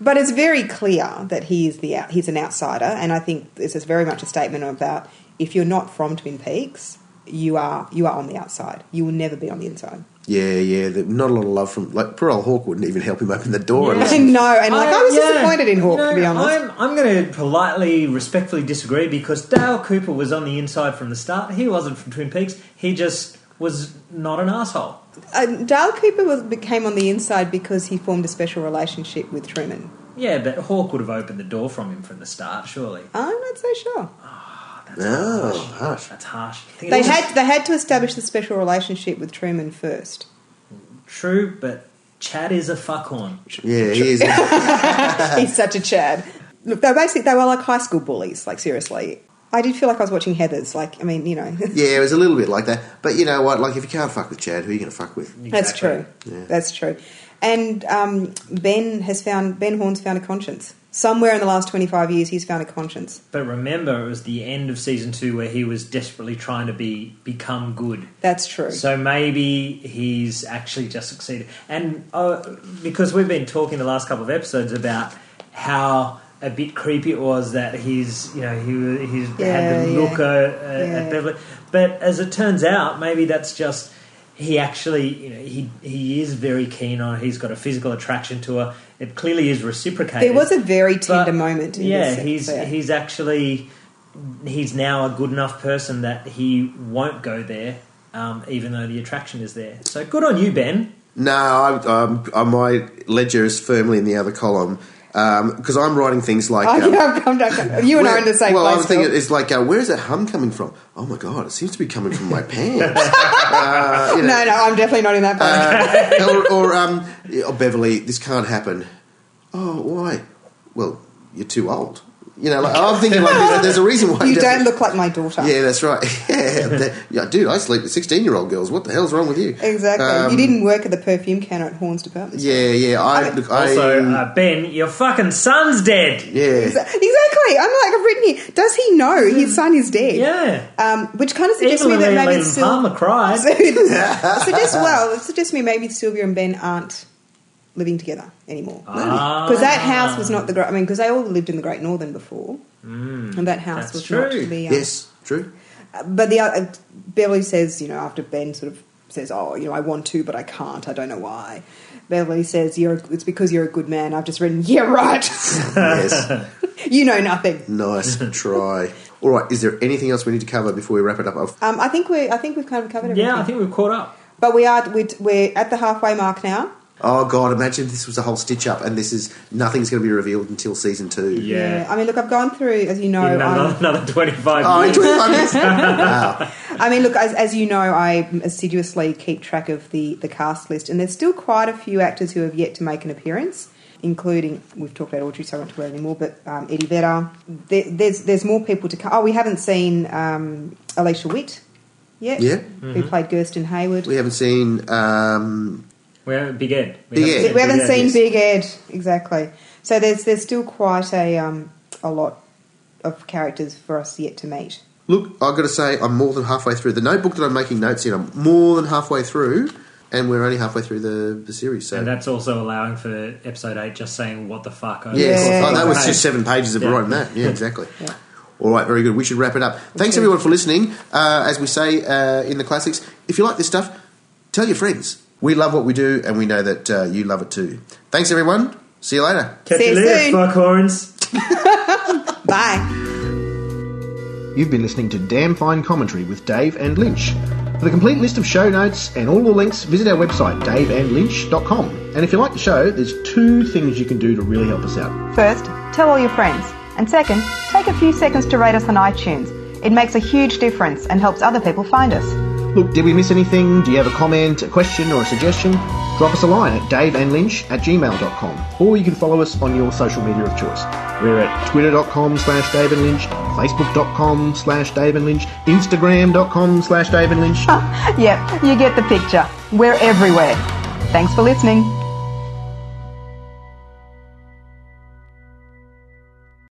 Speaker 3: But it's very clear that he is the out, he's an outsider, and I think this is very much a statement about if you're not from Twin Peaks, you are you are on the outside. You will never be on the inside.
Speaker 1: Yeah, yeah. there- Not a lot of love from like poor old Hawk wouldn't even help him open the door.
Speaker 4: Yeah.
Speaker 1: unless he-
Speaker 3: no, and like I, was
Speaker 4: yeah.
Speaker 3: disappointed in Hawk
Speaker 4: You know,
Speaker 3: to be honest.
Speaker 4: I'm, I'm going to politely, respectfully disagree because Dale Cooper was on the inside from the start. He wasn't from Twin Peaks. He just was not an asshole.
Speaker 3: Uh, Dale Cooper was, became on the inside because he formed a special relationship with Truman.
Speaker 4: Yeah, but Hawk would have opened the door from him from the start, surely.
Speaker 3: I'm not so sure.
Speaker 1: Oh, harsh.
Speaker 4: That's harsh. I think
Speaker 3: They
Speaker 4: it was
Speaker 3: had they had to establish the special relationship with Truman first.
Speaker 4: true, but Chad is a fuckhorn.
Speaker 1: Yeah, he is.
Speaker 4: Uh-huh.
Speaker 3: He's such a Chad. Look, they were basically they were like high school bullies. Like seriously, I did feel like I was watching Heather's. Like I mean, you know,
Speaker 1: Yeah, it was a little bit like that. But you know what? Like, if you can't fuck with Chad, who are you going to fuck with?
Speaker 3: that's
Speaker 4: Exactly.
Speaker 3: true. That's true. And um, Ben has found Ben Horn's found a conscience somewhere in the last twenty five years. He's found a conscience.
Speaker 4: But remember, it was the end of season two where he was desperately trying to be become good.
Speaker 3: That's true.
Speaker 4: So maybe he's actually just succeeded. And uh, because we've been talking the last couple of episodes about how a bit creepy it was that he's, you know, he he's had the
Speaker 3: Yeah,
Speaker 4: look
Speaker 3: yeah.
Speaker 4: uh, uh,
Speaker 3: Yeah.
Speaker 4: at Beverly. But as it turns out, maybe that's just he actually, you know, he he is very keen on. her. He's got a physical attraction to her. It clearly is reciprocated.
Speaker 3: there was a very tender
Speaker 4: But,
Speaker 3: moment. In
Speaker 4: yeah,
Speaker 3: this
Speaker 4: he's
Speaker 3: episode.
Speaker 4: he's actually he's now a good enough person that he won't go there, um, even though the attraction is there. So good on you, Ben.
Speaker 1: No, I, um, uh, my ledger is firmly in the other column because I'm writing things like.
Speaker 3: Oh,
Speaker 1: um,
Speaker 3: yeah, I'm, I'm, I'm- you and I are in the same
Speaker 1: well,
Speaker 3: place.
Speaker 1: I was thinking
Speaker 3: Phil.
Speaker 1: it's like, uh, where is that hum coming from? Oh my god, it seems to be coming from my pants. uh, you know,
Speaker 3: no, no, I'm definitely not in that boat.
Speaker 1: uh, or, or um, oh, Beverly, this can't happen. Oh, why? Well, you're too old. You know, like, I'm thinking like there's, there's a reason why
Speaker 3: you
Speaker 1: it
Speaker 3: don't
Speaker 1: doesn't-
Speaker 3: look like my daughter.
Speaker 1: Uh, Yeah, that's right. Yeah, that, yeah, dude, I sleep with sixteen-year-old girls. What the hell's wrong with you?
Speaker 3: Exactly.
Speaker 1: Um,
Speaker 3: you didn't work at the perfume counter at Horn's department.
Speaker 1: Yeah, yeah. I, look. I,
Speaker 4: Also, uh, Ben, your fucking son's dead.
Speaker 1: yeah.
Speaker 3: Exa- Exactly. I'm like, I've written here. Does he know his son is dead?
Speaker 4: Yeah.
Speaker 3: Um, which kind of suggests
Speaker 4: Even
Speaker 3: me that maybe
Speaker 4: Elaine
Speaker 3: it's
Speaker 4: Palmer
Speaker 3: Syl-
Speaker 4: cried.
Speaker 3: suggests well, it suggests me maybe Sylvia and Ben aren't living together anymore.
Speaker 4: Ah.
Speaker 3: Because that house was not the great. I mean, because they all lived in the Great Northern before, and that house
Speaker 4: Mm, that's
Speaker 3: was not
Speaker 4: true.
Speaker 3: the. Um,
Speaker 1: Yes, true.
Speaker 3: But the uh, Beverly says, you know, after Ben sort of says, "Oh, you know, I want to, but I can't. I don't know why." Beverly says, "You're. It's because you're a good man." I've just written, "Yeah, right.
Speaker 1: Yes,
Speaker 3: you know nothing."
Speaker 1: nice try. All right, is there anything else we need to cover before we wrap it up? I've-
Speaker 3: Um, I think we. I think we've kind of covered everything.
Speaker 4: Yeah, I think we've caught up.
Speaker 3: But we are. We're, we're at the halfway mark now.
Speaker 1: Oh God, imagine if this was a whole stitch up, and this is nothing's going to be revealed until season two.
Speaker 4: Yeah.
Speaker 3: I mean, look, I've gone through, as you know. um,
Speaker 4: In another,
Speaker 3: I'm,
Speaker 4: another twenty-five.
Speaker 1: Oh, in
Speaker 4: minutes.
Speaker 1: 25 minutes. Wow.
Speaker 3: I mean, look, as, as you know, I assiduously keep track of the the cast list, and there's still quite a few actors who have yet to make an appearance. Including, we've talked about Audrey, so I won't talk about it anymore. But um, Eddie Vedder, there, there's there's more people to come. Oh, we haven't seen um, Alicia Witt yet,
Speaker 1: Yeah.
Speaker 3: who played Gersten Hayward.
Speaker 1: We haven't seen. Um,
Speaker 4: We haven't Big Ed.
Speaker 1: Big Ed.
Speaker 3: we haven't
Speaker 4: Ed,
Speaker 3: seen
Speaker 4: yes.
Speaker 3: Big Ed exactly. So there's there's still quite a um, a lot of characters for us yet to meet.
Speaker 1: Look, I've got to say, I'm more than halfway through the notebook that I'm making notes in. I'm more than halfway through, and we're only halfway through the, the series. So
Speaker 4: And that's also allowing for episode eight just saying what the fuck. over
Speaker 1: yes,
Speaker 4: the
Speaker 3: Yeah.
Speaker 1: oh, that was
Speaker 4: page.
Speaker 1: just seven pages of
Speaker 4: Yeah.
Speaker 1: writing that. Yeah, exactly.
Speaker 3: Yeah.
Speaker 1: All right, very good. We should wrap it up. Thanks
Speaker 3: Okay.
Speaker 1: everyone for listening. Uh, as we say uh, in the classics, if you like this stuff, tell your friends. We love what we do, and we know that uh, you love it too. Thanks everyone. See you later.
Speaker 4: Catch
Speaker 3: See
Speaker 4: you
Speaker 3: you
Speaker 4: later,
Speaker 3: soon.
Speaker 4: fuck horns.
Speaker 3: Bye.
Speaker 1: You've been listening to Damn Fine Commentary with Dave and Lynch. For the complete list of show notes and all the links, visit our website, daveandlynch.com. And if you like the show, there's two things you can do to really help us out.
Speaker 2: First, tell all your friends. And second, take a few seconds to rate us on iTunes. It makes a huge difference and helps other people find us.
Speaker 1: Look, did we miss anything? Do you have a comment, a question, or a suggestion? Drop us a line at daveandlynch at gmail.com. Or you can follow us on your social media of choice. We're at twitter.com slash daveandlynch, facebook.com slash daveandlynch, instagram.com slash daveandlynch.
Speaker 2: Yep, you get the picture. We're everywhere. Thanks for listening.